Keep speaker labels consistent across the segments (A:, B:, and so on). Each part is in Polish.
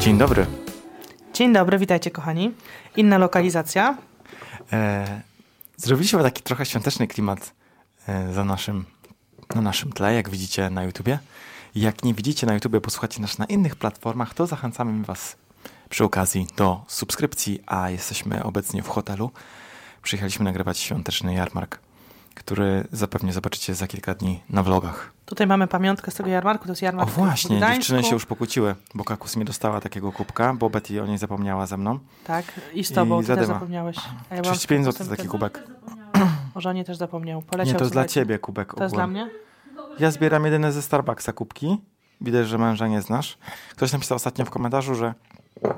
A: Dzień dobry.
B: Dzień dobry, witajcie kochani. Inna lokalizacja.
A: E, zrobiliśmy taki trochę świąteczny klimat e, za naszym, na naszym tle, jak widzicie na YouTubie. Jak nie widzicie na YouTubie, posłuchacie nas na innych platformach, to zachęcamy Was przy okazji do subskrypcji, a jesteśmy obecnie w hotelu. Przyjechaliśmy nagrywać świąteczny jarmark, który zapewne zobaczycie za kilka dni na vlogach.
B: Tutaj mamy pamiątkę z tego jarmarku, to jest
A: O
B: jarmark w
A: właśnie,
B: Gdańsku.
A: dziewczyny się już pokłóciły, bo Kakus nie dostała takiego kubka, bo Betty o niej zapomniała ze mną.
B: Tak, i z tobą,
A: I
B: ty też
A: zadyma.
B: zapomniałeś. A ja byłam
A: 35
B: z
A: zł
B: tym
A: taki
B: tym.
A: kubek.
B: O żonie też zapomniał. Poleciał
A: Nie, to jest dla
B: słuchajcie.
A: ciebie kubek
B: To jest dla
A: ogółem.
B: mnie?
A: Ja zbieram jedyne ze Starbucksa kubki. Widać, że męża nie znasz. Ktoś napisał ostatnio w komentarzu, że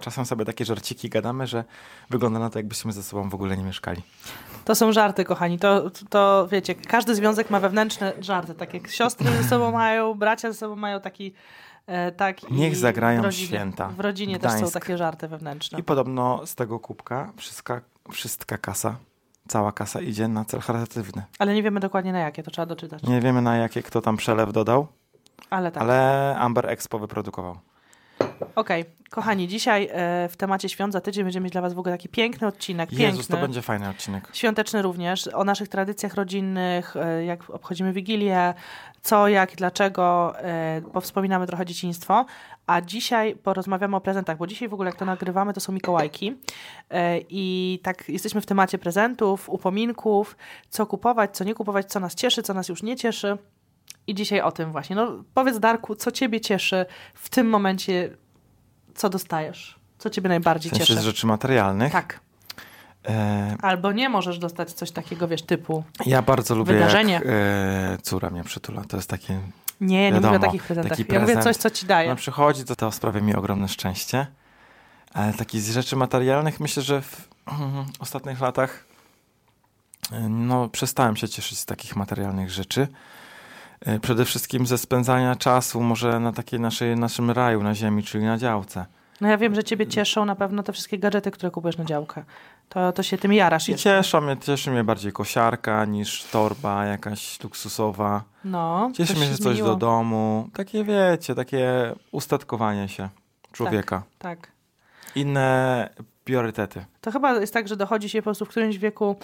A: czasem sobie takie żarciki gadamy, że wygląda na to, jakbyśmy ze sobą w ogóle nie mieszkali.
B: To są żarty, kochani. To, to, to wiecie, każdy związek ma wewnętrzne żarty. Tak jak siostry ze sobą mają, bracia ze sobą mają taki... E, tak i
A: Niech zagrają
B: w rodzinie,
A: święta.
B: W rodzinie też
A: Gdańsk.
B: są takie żarty wewnętrzne.
A: I podobno z tego kubka wszystka, wszystka kasa, cała kasa idzie na cel charytatywny.
B: Ale nie wiemy dokładnie na jakie, to trzeba doczytać.
A: Nie wiemy na jakie kto tam przelew dodał,
B: Ale tak.
A: ale Amber Expo wyprodukował.
B: Okej, kochani, dzisiaj e, w temacie świąt za tydzień będziemy mieć dla Was w ogóle taki piękny odcinek. Piękny.
A: Jezus, to będzie fajny odcinek.
B: Świąteczny również, o naszych tradycjach rodzinnych, e, jak obchodzimy Wigilię, co, jak, dlaczego, e, powspominamy trochę dzieciństwo. A dzisiaj porozmawiamy o prezentach, bo dzisiaj w ogóle jak to nagrywamy, to są Mikołajki. E, I tak jesteśmy w temacie prezentów, upominków, co kupować, co nie kupować, co nas cieszy, co nas już nie cieszy. I dzisiaj o tym właśnie. No, powiedz Darku, co ciebie cieszy w tym momencie, co dostajesz? Co ciebie najbardziej
A: W sensie z
B: cieszy?
A: rzeczy materialnych.
B: Tak.
A: E,
B: Albo nie możesz dostać coś takiego, wiesz, typu
A: ja bardzo lubię,
B: Wydarzenie.
A: jak e, córa mnie przytula. To jest takie
B: Nie, ja nie
A: Wiadomo,
B: mówię o takich prezentach.
A: taki
B: Ja mówię
A: prezent.
B: coś, co ci daje.
A: Ona przychodzi, to, to sprawia mi ogromne szczęście. Ale takich z rzeczy materialnych myślę, że w mm, ostatnich latach y, no, przestałem się cieszyć z takich materialnych rzeczy. Y, Przede wszystkim ze spędzania czasu może na takiej naszej, naszym raju na ziemi, czyli na działce.
B: No ja wiem, że ciebie cieszą na pewno te wszystkie gadżety, które kupujesz na działkę. To, to się tym jarasz.
A: I
B: Jeszcze.
A: cieszą mnie, cieszy mnie bardziej kosiarka niż torba jakaś luksusowa.
B: No,
A: Cieszy
B: to
A: mnie, że coś
B: zmieniło.
A: do domu. Takie wiecie, takie ustatkowanie się człowieka.
B: Tak.
A: Inne priorytety.
B: To chyba jest tak, że dochodzi się po prostu w którymś wieku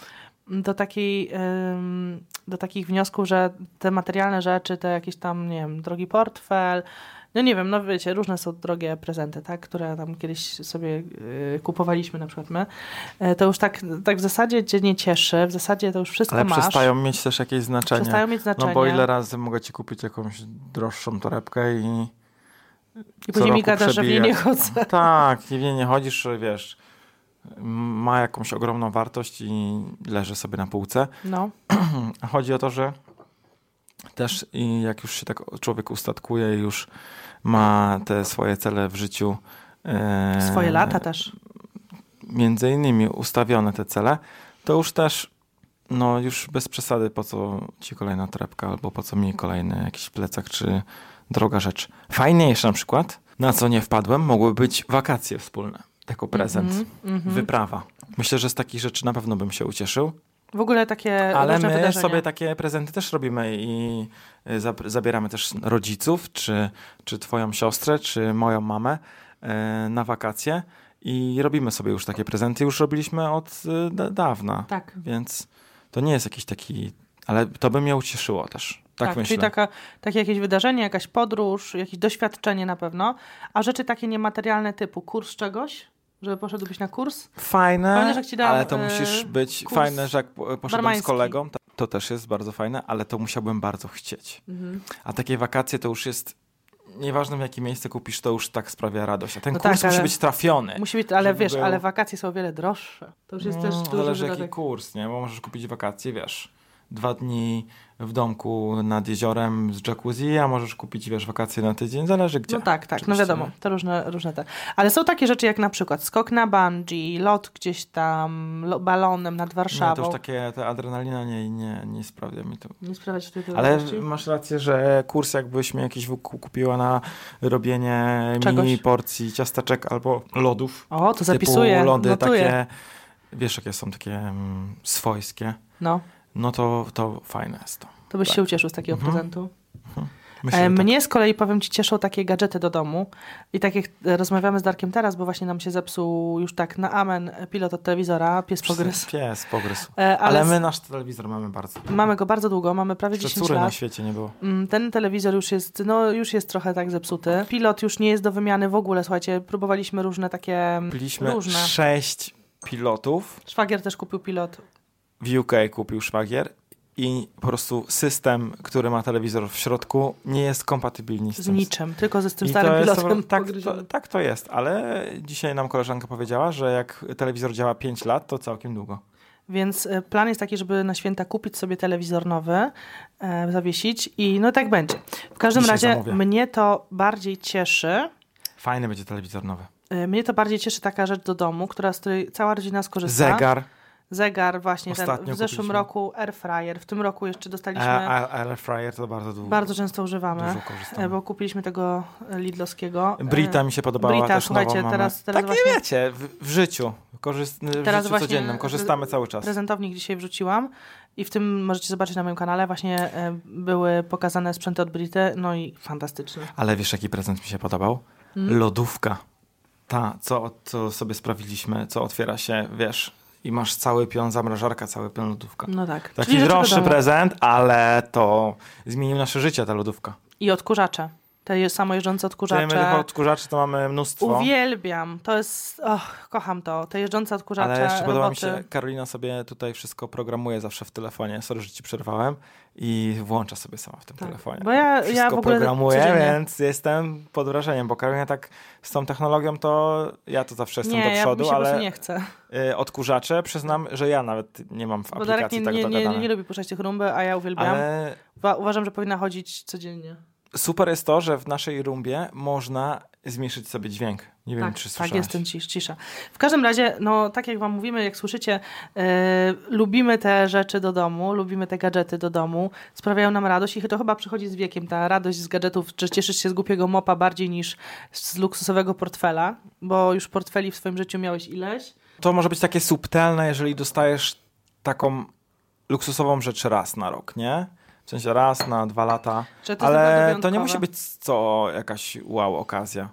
B: mm, do, takiej, ym, do takich wniosków, że te materialne rzeczy, te jakieś tam, nie wiem, drogi portfel, no nie wiem, no wiecie, różne są drogie prezenty, tak, które tam kiedyś sobie y, kupowaliśmy na przykład my, Y, to już tak, tak w zasadzie cię nie cieszy, w zasadzie to już wszystko
A: Ale
B: masz.
A: przestają mieć też jakieś znaczenie.
B: Przestają mieć znaczenie.
A: No bo ile razy mogę ci kupić jakąś droższą torebkę i...
B: I później
A: co
B: mi
A: roku
B: gadasz, że w niej
A: przebija-
B: nie chodzę.
A: Tak, i w niej nie chodzisz, wiesz, ma jakąś ogromną wartość i leży sobie na półce.
B: No,
A: A chodzi o to, że też i jak już się tak człowiek ustatkuje i już ma te swoje cele w życiu... e,
B: swoje lata też.
A: między innymi ustawione te cele, to już też, no już bez przesady, po co ci kolejna torebka, albo po co mi kolejny jakiś plecak, czy droga rzecz. Fajniejsze na przykład, na co nie wpadłem, mogły być wakacje wspólne, jako prezent,
B: Mhm, mhm.
A: wyprawa. Myślę, że z takich rzeczy na pewno bym się ucieszył,
B: W ogóle takie
A: ale
B: E, różne
A: my
B: wydarzenia.
A: sobie tak- takie prezenty też robimy i y, zab- zabieramy też rodziców, czy, czy twoją siostrę, czy moją mamę y, na wakacje i robimy sobie już takie prezenty. Już robiliśmy od y, da- dawna,
B: Tak.
A: więc to nie jest jakiś taki... Ale to by mnie ucieszyło też. Tak, myślę.
B: czyli taka, takie jakieś wydarzenie, jakaś podróż, jakieś doświadczenie na pewno, a rzeczy takie niematerialne typu kurs czegoś, żeby poszedłbyś na kurs.
A: Fajne,
B: Pamiętasz, jak ci dałam,
A: ale to
B: y,
A: musisz być...
B: kurs
A: Fajne, że jak po- e, poszedłem z
B: barmański?
A: kolegą, to- to też jest bardzo fajne, ale to musiałbym bardzo chcieć.
B: Mhm.
A: A takie wakacje to już jest. Nieważne w jakie miejsce kupisz, to już tak sprawia radość. A ten
B: No
A: kurs
B: tak,
A: musi
B: ale-
A: być trafiony.
B: Musi być, ale
A: Żeby
B: wiesz,
A: był-
B: ale wakacje są o wiele droższe. To już jest też
A: No,
B: duży
A: zależy jaki
B: wydatek.
A: kurs, nie? Bo możesz kupić wakacje, wiesz, dwa dni w domku nad jeziorem z jacuzzi, a możesz kupić, wiesz, wakacje na tydzień, zależy gdzie.
B: No tak, tak, no
A: Oczywiście,
B: wiadomo,
A: nie?
B: to różne, różne te. Ale są takie rzeczy jak na przykład skok na bungee, lot gdzieś tam lo, balonem nad
A: Nie, to
B: Warszawą.
A: już takie, ta adrenalina nie, nie, nie sprawia mi to.
B: Nie sprawiać wtedy
A: Ale
B: radości?
A: masz rację, że kurs jakbyś mi jakiś wu- kupiła na robienie
B: Czegoś.
A: mini porcji ciasteczek albo lodów,
B: O, to zapisuję,
A: typu lody
B: notuję.
A: takie, wiesz jakie są takie mm, swojskie,
B: No,
A: no to, to fajne jest to.
B: to byś
A: Tak.
B: się ucieszył z takiego
A: Mhm.
B: prezentu.
A: Myślę,
B: E,
A: że tak.
B: Mnie z kolei, powiem ci, cieszą takie gadżety do domu i tak jak e, rozmawiamy z Darkiem teraz, bo właśnie nam się zepsuł już tak na amen pilot od telewizora, pies pogryz.
A: Pies, pogryz.
B: E, Ale,
A: Ale
B: z-
A: my nasz telewizor mamy bardzo.
B: mamy go bardzo długo, mamy prawie 10
A: Przecury na
B: lat.
A: świecie nie było.
B: Mm, Ten telewizor już jest, no już jest trochę tak zepsuty. Pilot już nie jest do wymiany w ogóle, słuchajcie, próbowaliśmy różne takie,
A: Byliśmy
B: różne.
A: sześć pilotów.
B: Szwagier też kupił pilot.
A: W UK kupił szwagier i po prostu system, który ma telewizor w środku, nie jest kompatybilny z,
B: Z
A: tym
B: niczym, tylko ze z tym
A: I
B: starym
A: to jest-
B: pilotem.
A: tak, to,
B: pogryzionym.
A: tak to jest, ale dzisiaj nam koleżanka powiedziała, że jak telewizor działa 5 lat, to całkiem długo.
B: Więc e, plan jest taki, żeby na święta kupić sobie telewizor nowy, e, zawiesić i no tak będzie. W każdym
A: Dzisiaj
B: razie
A: zamówię.
B: mnie to bardziej cieszy.
A: Fajny będzie telewizor nowy.
B: e, Mnie to bardziej cieszy taka rzecz do domu, która, z której cała rodzina skorzysta.
A: Zegar,
B: Zegar właśnie ten.
A: Ostatnio
B: W zeszłym
A: kupiliśmy.
B: roku air fryer, w tym roku jeszcze dostaliśmy.
A: a- E, a- air fryer to bardzo długo.
B: Bardzo często używamy,
A: Dużo korzystamy.
B: e, bo kupiliśmy tego e, lidlowskiego. e,
A: Brita mi się podobała
B: Brita,
A: też
B: słuchajcie,
A: nową mamy.
B: teraz- teraz
A: Takie
B: właśnie-
A: wiecie, w, w życiu, korzyst, w
B: Teraz
A: życiu
B: właśnie
A: codziennym, korzystamy cały czas.
B: Prezentownik dzisiaj wrzuciłam i w tym możecie zobaczyć na moim kanale. Właśnie e, były pokazane sprzęty od Brity, no i fantastyczne.
A: Ale wiesz, jaki prezent mi się podobał?
B: Hmm?
A: Lodówka. Ta, co, co sobie sprawiliśmy, co otwiera się, wiesz, i masz cały pion zamrażarka, cały pion lodówka.
B: No tak.
A: Taki
B: Czyli rzeczy do
A: droższy
B: domu.
A: prezent, ale to zmienił nasze życie ta lodówka.
B: I odkurzacze. Te je- samojeżdżące
A: Czyli my tych
B: odkurzacze.
A: odkurzaczy to mamy mnóstwo.
B: Uwielbiam. To jest... Och, kocham to. Te jeżdżące odkurzacze,
A: Ale jeszcze podoba mi
B: roboty.
A: się, Karolina sobie tutaj wszystko programuje zawsze w telefonie. Sorry, że ci przerwałem. I włącza sobie sama w tym
B: Tak,
A: telefonie.
B: bo ja- ja
A: wszystko
B: w ogóle
A: programuje,
B: codziennie-
A: więc jestem pod wrażeniem, bo Karolina tak z tą technologią to ja to zawsze jestem
B: Nie,
A: do przodu,
B: ja, mi się po
A: ale
B: prostu nie chcę.
A: y, odkurzacze przyznam, że ja nawet nie mam w
B: Bo Darek
A: aplikacji
B: nie,
A: tak
B: nie, nie,
A: dogadane.
B: nie lubi puszczać tych rumby, a ja uwielbiam.
A: Ale
B: Wa- Uważam, że powinna chodzić codziennie.
A: super jest to, że w naszej rumbie można zmniejszyć sobie dźwięk. Nie wiem,
B: tak,
A: czy słyszałeś.
B: tak, jestem cisz, cisza. W każdym razie, no tak jak wam mówimy, jak słyszycie, e, lubimy te rzeczy do domu, lubimy te gadżety do domu, sprawiają nam radość i to chyba przychodzi z wiekiem, ta radość z gadżetów, że cieszysz się z głupiego mopa bardziej niż z luksusowego portfela, bo już portfeli w swoim życiu miałeś ileś.
A: To może być takie subtelne, jeżeli dostajesz taką luksusową rzecz raz na rok, nie? W sensie raz na dwa lata.
B: Że to jest naprawdę
A: Ale to nie
B: wyjątkowe.
A: musi być co jakaś wow okazja.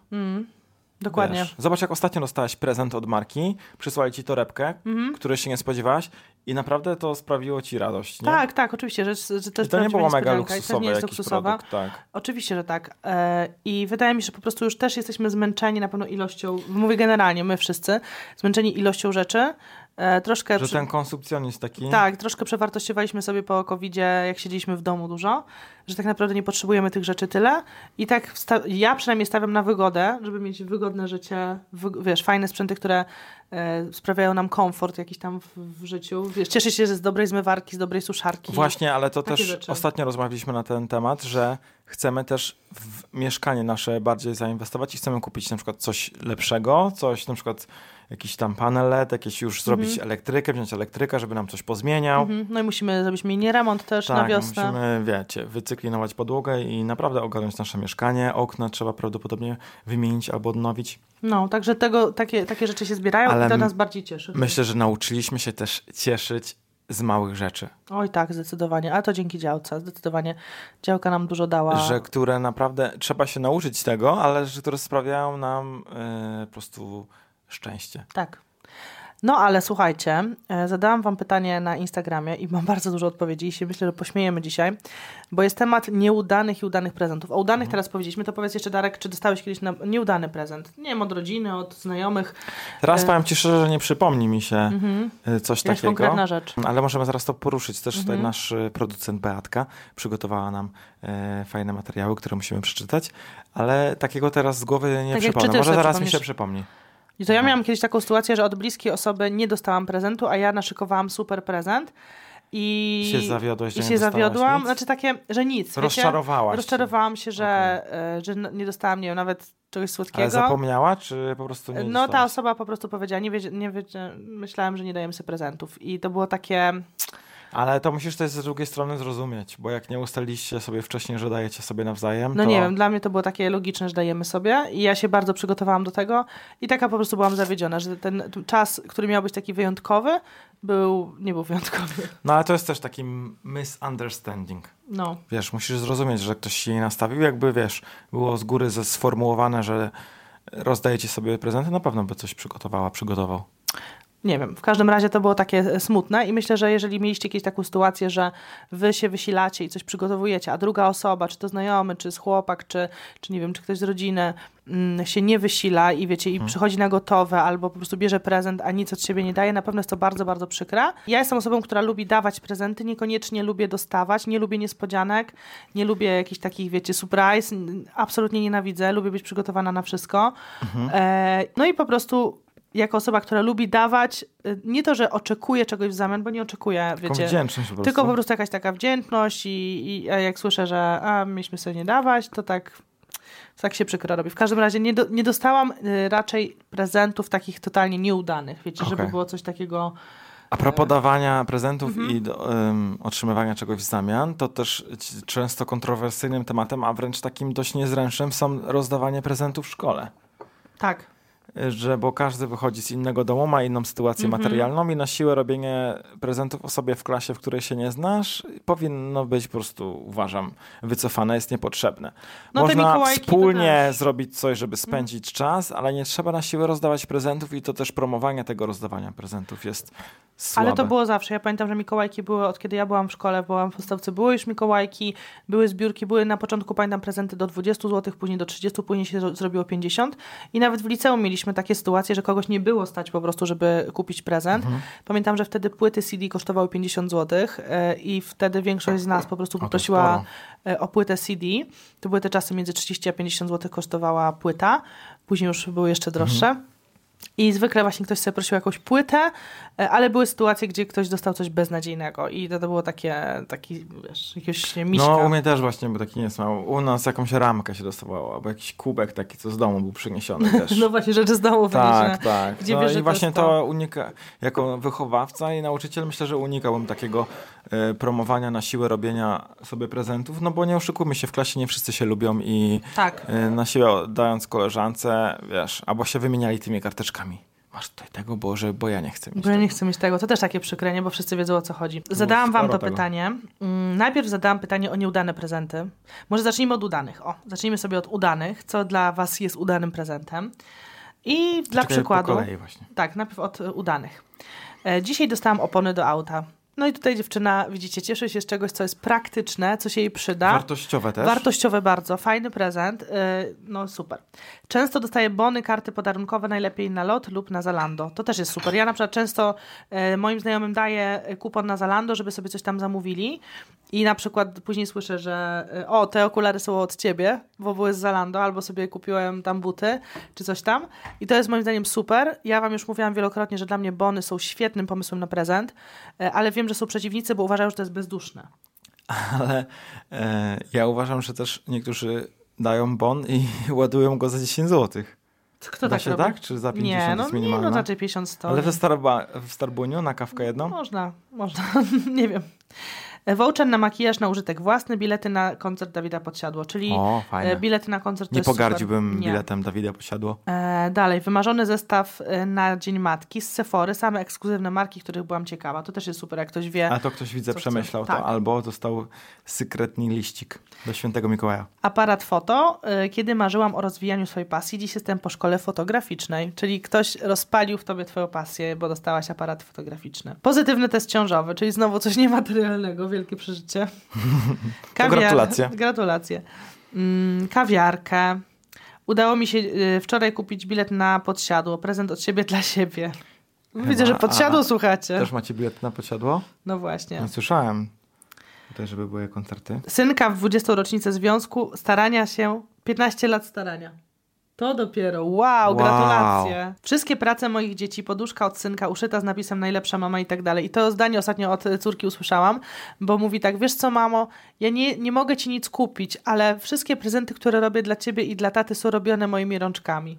B: Dokładnie.
A: Wiesz, Zobacz, jak ostatnio dostałeś prezent od marki, przysłali ci torebkę,
B: Mhm.
A: której się nie spodziewałaś i naprawdę to sprawiło ci radość, nie?
B: Tak, tak, oczywiście, że, że to
A: I
B: jest
A: to nie
B: prawdziwa
A: było mega
B: niespodzianka i
A: luksusowe
B: To nie jest
A: jakiś
B: luksusowa.
A: produkt, tak.
B: Oczywiście, że tak. E, I wydaje mi się, że po prostu już też jesteśmy zmęczeni na pewno ilością, mówię generalnie, my wszyscy, zmęczeni ilością rzeczy. E, Troszkę
A: Że
B: przy-
A: ten konsumpcjonizm taki...
B: tak, troszkę przewartościowaliśmy sobie po COVID-zie, jak siedzieliśmy w domu dużo, że tak naprawdę nie potrzebujemy tych rzeczy tyle. I tak wsta- ja przynajmniej stawiam na wygodę, żeby mieć wygodne życie, wyg- wiesz, fajne sprzęty, które e, sprawiają nam komfort jakiś tam w, w życiu. Wiesz, cieszę się, że z dobrej zmywarki, z dobrej suszarki.
A: Właśnie, ale to
B: Takie
A: też
B: rzeczy.
A: ostatnio rozmawialiśmy na ten temat, że chcemy też w mieszkanie nasze bardziej zainwestować i chcemy kupić na przykład coś lepszego, coś na przykład jakiś tam panel LED, jakieś już zrobić elektrykę, wziąć elektryka, żeby nam coś pozmieniał.
B: Mhm. No i musimy zrobić mini remont też na
A: Tak,
B: wiosnę.
A: musimy, wiecie, wycyklinować podłogę i naprawdę ogarnąć nasze mieszkanie. Okna trzeba prawdopodobnie wymienić albo odnowić.
B: No, także tego, takie, takie rzeczy się zbierają
A: Ale
B: i to
A: m-
B: nas bardziej cieszy.
A: Myślę, że nauczyliśmy się też cieszyć z małych rzeczy,
B: Oj tak, zdecydowanie. A to dzięki działce, zdecydowanie. Działka nam dużo dała.
A: że które naprawdę trzeba się nauczyć tego, ale że które sprawiają nam yy, po prostu szczęście.
B: Tak. No ale słuchajcie, e, zadałam wam pytanie na Instagramie i mam bardzo dużo odpowiedzi i się myślę, że pośmiejemy dzisiaj, bo jest temat nieudanych i udanych prezentów. O udanych
A: Mhm.
B: teraz powiedzieliśmy, to powiedz jeszcze Darek, czy dostałeś kiedyś na nieudany prezent? Nie wiem, od rodziny, od znajomych,
A: Teraz
B: E. Mhm.
A: powiem ci szczerze, że nie przypomni mi się e, coś
B: jakaś
A: takiego.
B: konkretna rzecz. Mhm.
A: Ale możemy zaraz to poruszyć. Też tutaj nasz e, producent Beatka przygotowała nam e, fajne materiały, które musimy przeczytać, ale takiego teraz z głowy nie
B: Tak jak
A: przypomnę.
B: czytasz,
A: Może
B: to
A: zaraz mi
B: przypomnisz.
A: się przypomni.
B: I to ja miałam kiedyś taką sytuację, że od bliskiej osoby nie dostałam prezentu, a ja naszykowałam super prezent. I
A: I się zawiodłeś, że
B: I
A: nie
B: się
A: dostałaś
B: zawiodłam,
A: nic?
B: znaczy takie, że nic. wiecie?
A: Rozczarowałaś się.
B: Rozczarowałam się, że, e, że n- nie dostałam, nie wiem, nawet czegoś słodkiego.
A: Ale zapomniała, czy po prostu nie
B: no ta
A: dostałaś? No
B: osoba po prostu powiedziała, nie, wiedzie, nie wiedzie, myślałem, że nie dajemy sobie prezentów. I to było takie,
A: Ale to musisz też z drugiej strony zrozumieć, bo jak nie ustaliliście sobie wcześniej, że dajecie sobie nawzajem,
B: No
A: to...
B: nie wiem, dla mnie to było takie logiczne, że dajemy sobie i ja się bardzo przygotowałam do tego i taka po prostu byłam zawiedziona, że ten t- czas, który miał być taki wyjątkowy, był, nie był wyjątkowy.
A: No ale to jest też taki misunderstanding.
B: No.
A: Wiesz, musisz zrozumieć, że ktoś się jej nastawił. Jakby, wiesz, było z góry ze- sformułowane, że rozdajecie sobie prezenty, na pewno by coś przygotowała, przygotował.
B: Nie wiem, w każdym razie to było takie e, smutne i myślę, że jeżeli mieliście jakieś taką sytuację, że wy się wysilacie i coś przygotowujecie, a druga osoba, czy to znajomy, czy z chłopak, czy, czy nie wiem, czy ktoś z rodziny mm, się nie wysila i wiecie, i przychodzi na gotowe albo po prostu bierze prezent, a nic od siebie nie daje, na pewno jest to bardzo, bardzo przykre. Ja jestem osobą, która lubi dawać prezenty, niekoniecznie lubię dostawać, nie lubię niespodzianek, nie lubię jakichś takich, wiecie, surprise, n- absolutnie nienawidzę, lubię być przygotowana na wszystko. E, no i po prostu jako osoba, która lubi dawać, y, nie to, że oczekuje czegoś w zamian, bo nie oczekuję,
A: Taką
B: wiecie.
A: wdzięczność no. po prostu.
B: tylko po prostu jakaś taka wdzięczność i, i a jak słyszę, że a, mieliśmy sobie nie dawać, to tak, tak się przykro robi. W każdym razie nie, do, nie dostałam y, raczej prezentów takich totalnie nieudanych, wiecie, żeby
A: Okej.
B: było coś takiego...
A: A propos
B: Mhm.
A: dawania prezentów i do, em, otrzymywania czegoś w zamian, to też ci- często kontrowersyjnym tematem, a wręcz takim dość niezręcznym są rozdawanie prezentów w szkole.
B: Tak,
A: Że bo każdy wychodzi z innego domu, ma inną sytuację
B: Mhm.
A: materialną i na siłę robienie prezentów osobie w klasie, w której się nie znasz, powinno być po prostu, uważam, wycofane, jest niepotrzebne.
B: No te
A: Można
B: Mikołajki to Mhm.
A: wspólnie zrobić coś, żeby spędzić czas, ale nie trzeba na siłę rozdawać prezentów i to też promowanie tego rozdawania prezentów jest słabe.
B: Ale to było zawsze. Ja pamiętam, że Mikołajki były od kiedy ja byłam w szkole, byłam w podstawce, były już Mikołajki, były zbiórki, były na początku, pamiętam, prezenty do 20 zł, później do 30, później się zro- zrobiło 50 i nawet w liceum mieliśmy takie sytuacje, że kogoś nie było stać po prostu, żeby kupić prezent.
A: Mhm.
B: Pamiętam, że wtedy płyty CD kosztowały 50 zł i wtedy większość z nas po prostu
A: to
B: poprosiła e, o płytę CD. To były te czasy między 30 a 50 zł kosztowała płyta, później już były jeszcze droższe.
A: Mhm.
B: I zwykle właśnie ktoś sobie prosił o jakąś płytę, e, ale były sytuacje, gdzie ktoś dostał coś beznadziejnego i to, to było takie, taki, wiesz, jakiegoś miśka.
A: No, u mnie też właśnie był taki niesmały. U nas jakąś ramkę się dostawało, albo jakiś kubek taki, co z domu był przyniesiony też.
B: no właśnie, rzeczy z domu wyniesione.
A: tak, tak.
B: Gdzie
A: no
B: wiesz, że
A: i
B: to
A: właśnie
B: jest
A: to
B: to.
A: unika, jako wychowawca i nauczyciel myślę, że unikałbym takiego e, promowania na siłę robienia sobie prezentów, no bo nie oszukujmy się, w klasie nie wszyscy się lubią i
B: Tak.
A: e, na siłę dając koleżance, wiesz, albo się wymieniali tymi karteczkami. Masz tutaj tego, Boże, bo ja nie chcę mieć
B: Bo ja nie chcę mieć tego. To też takie przykre, nie? Bo wszyscy wiedzą o co chodzi. Zadałam wam
A: sporo
B: to
A: tego.
B: pytanie. Mm, Najpierw zadałam pytanie o nieudane prezenty. Może zacznijmy od udanych. O, zacznijmy sobie od udanych. Co dla was jest udanym prezentem? I dla
A: Czekaj, Po
B: przykładu...
A: kolei właśnie.
B: Tak, najpierw od y, udanych. E, Dzisiaj dostałam opony do auta. No i tutaj dziewczyna, widzicie, cieszy się z czegoś, co jest praktyczne, co się jej przyda.
A: Wartościowe też?
B: Wartościowe bardzo, fajny prezent, y, no super. Często dostaję bony, karty podarunkowe, najlepiej na lot lub na Zalando. To też jest super. Ja na przykład często y, moim znajomym daję kupon na Zalando, żeby sobie coś tam zamówili i na przykład później słyszę, że y, o, te okulary są od ciebie, bo były z Zalando, albo sobie kupiłem tam buty, czy coś tam. I to jest moim zdaniem super. Ja wam już mówiłam wielokrotnie, że dla mnie bony są świetnym pomysłem na prezent, y, ale wiem, że są przeciwnicy, bo uważają, że to jest bezduszne.
A: ale e, ja uważam, że też niektórzy dają bon i ładują go za 10 zł.
B: Kto
A: da
B: tak
A: się
B: robi?
A: tak? Czy za 50
B: Nie, no
A: jest
B: nie,
A: minimalna?
B: no raczej 50 100.
A: Ale no. w, starba, w Starbuniu na kawkę jedną?
B: Można, można, nie wiem. E, Voucher na makijaż na użytek własny, bilety na koncert Dawida Podsiadło, czyli
A: O, fajne.
B: e, bilety na koncert to
A: Nie
B: jest super.
A: pogardziłbym
B: Nie.
A: biletem Dawida Posiadło.
B: E, dalej, wymarzony zestaw e, na Dzień Matki z Sephory, same ekskluzywne marki, których byłam ciekawa. To też jest super, jak ktoś wie.
A: A to ktoś widzę
B: Co chce?
A: przemyślał to,
B: Tak.
A: albo dostał sekretny liścik do świętego Mikołaja.
B: Aparat foto, e, kiedy marzyłam o rozwijaniu swojej pasji, dziś jestem po szkole fotograficznej, czyli ktoś rozpalił w tobie twoją pasję, bo dostałaś aparat fotograficzny. Pozytywny test ciążowy, czyli znowu coś niematerialnego, wielkie przeżycie.
A: gratulacje.
B: Gratulacje. Mm, kawiarkę. Udało mi się e, wczoraj kupić bilet na podsiadło, prezent od siebie dla siebie.
A: Chyba,
B: Widzę, że podsiadło
A: a,
B: słuchacie.
A: Też macie bilet na Posiadło?
B: No właśnie.
A: Nie słyszałem. Tutaj, żeby były koncerty.
B: Synka w 20. rocznicę związku, starania się, 15 lat starania. To dopiero. Wow,
A: Wow.
B: gratulacje. Wszystkie prace moich dzieci, poduszka od synka uszyta z napisem najlepsza mama i tak dalej. I to zdanie ostatnio od e, córki usłyszałam, bo mówi tak, wiesz co mamo, ja nie, nie mogę ci nic kupić, ale wszystkie prezenty, które robię dla ciebie i dla taty są robione moimi rączkami.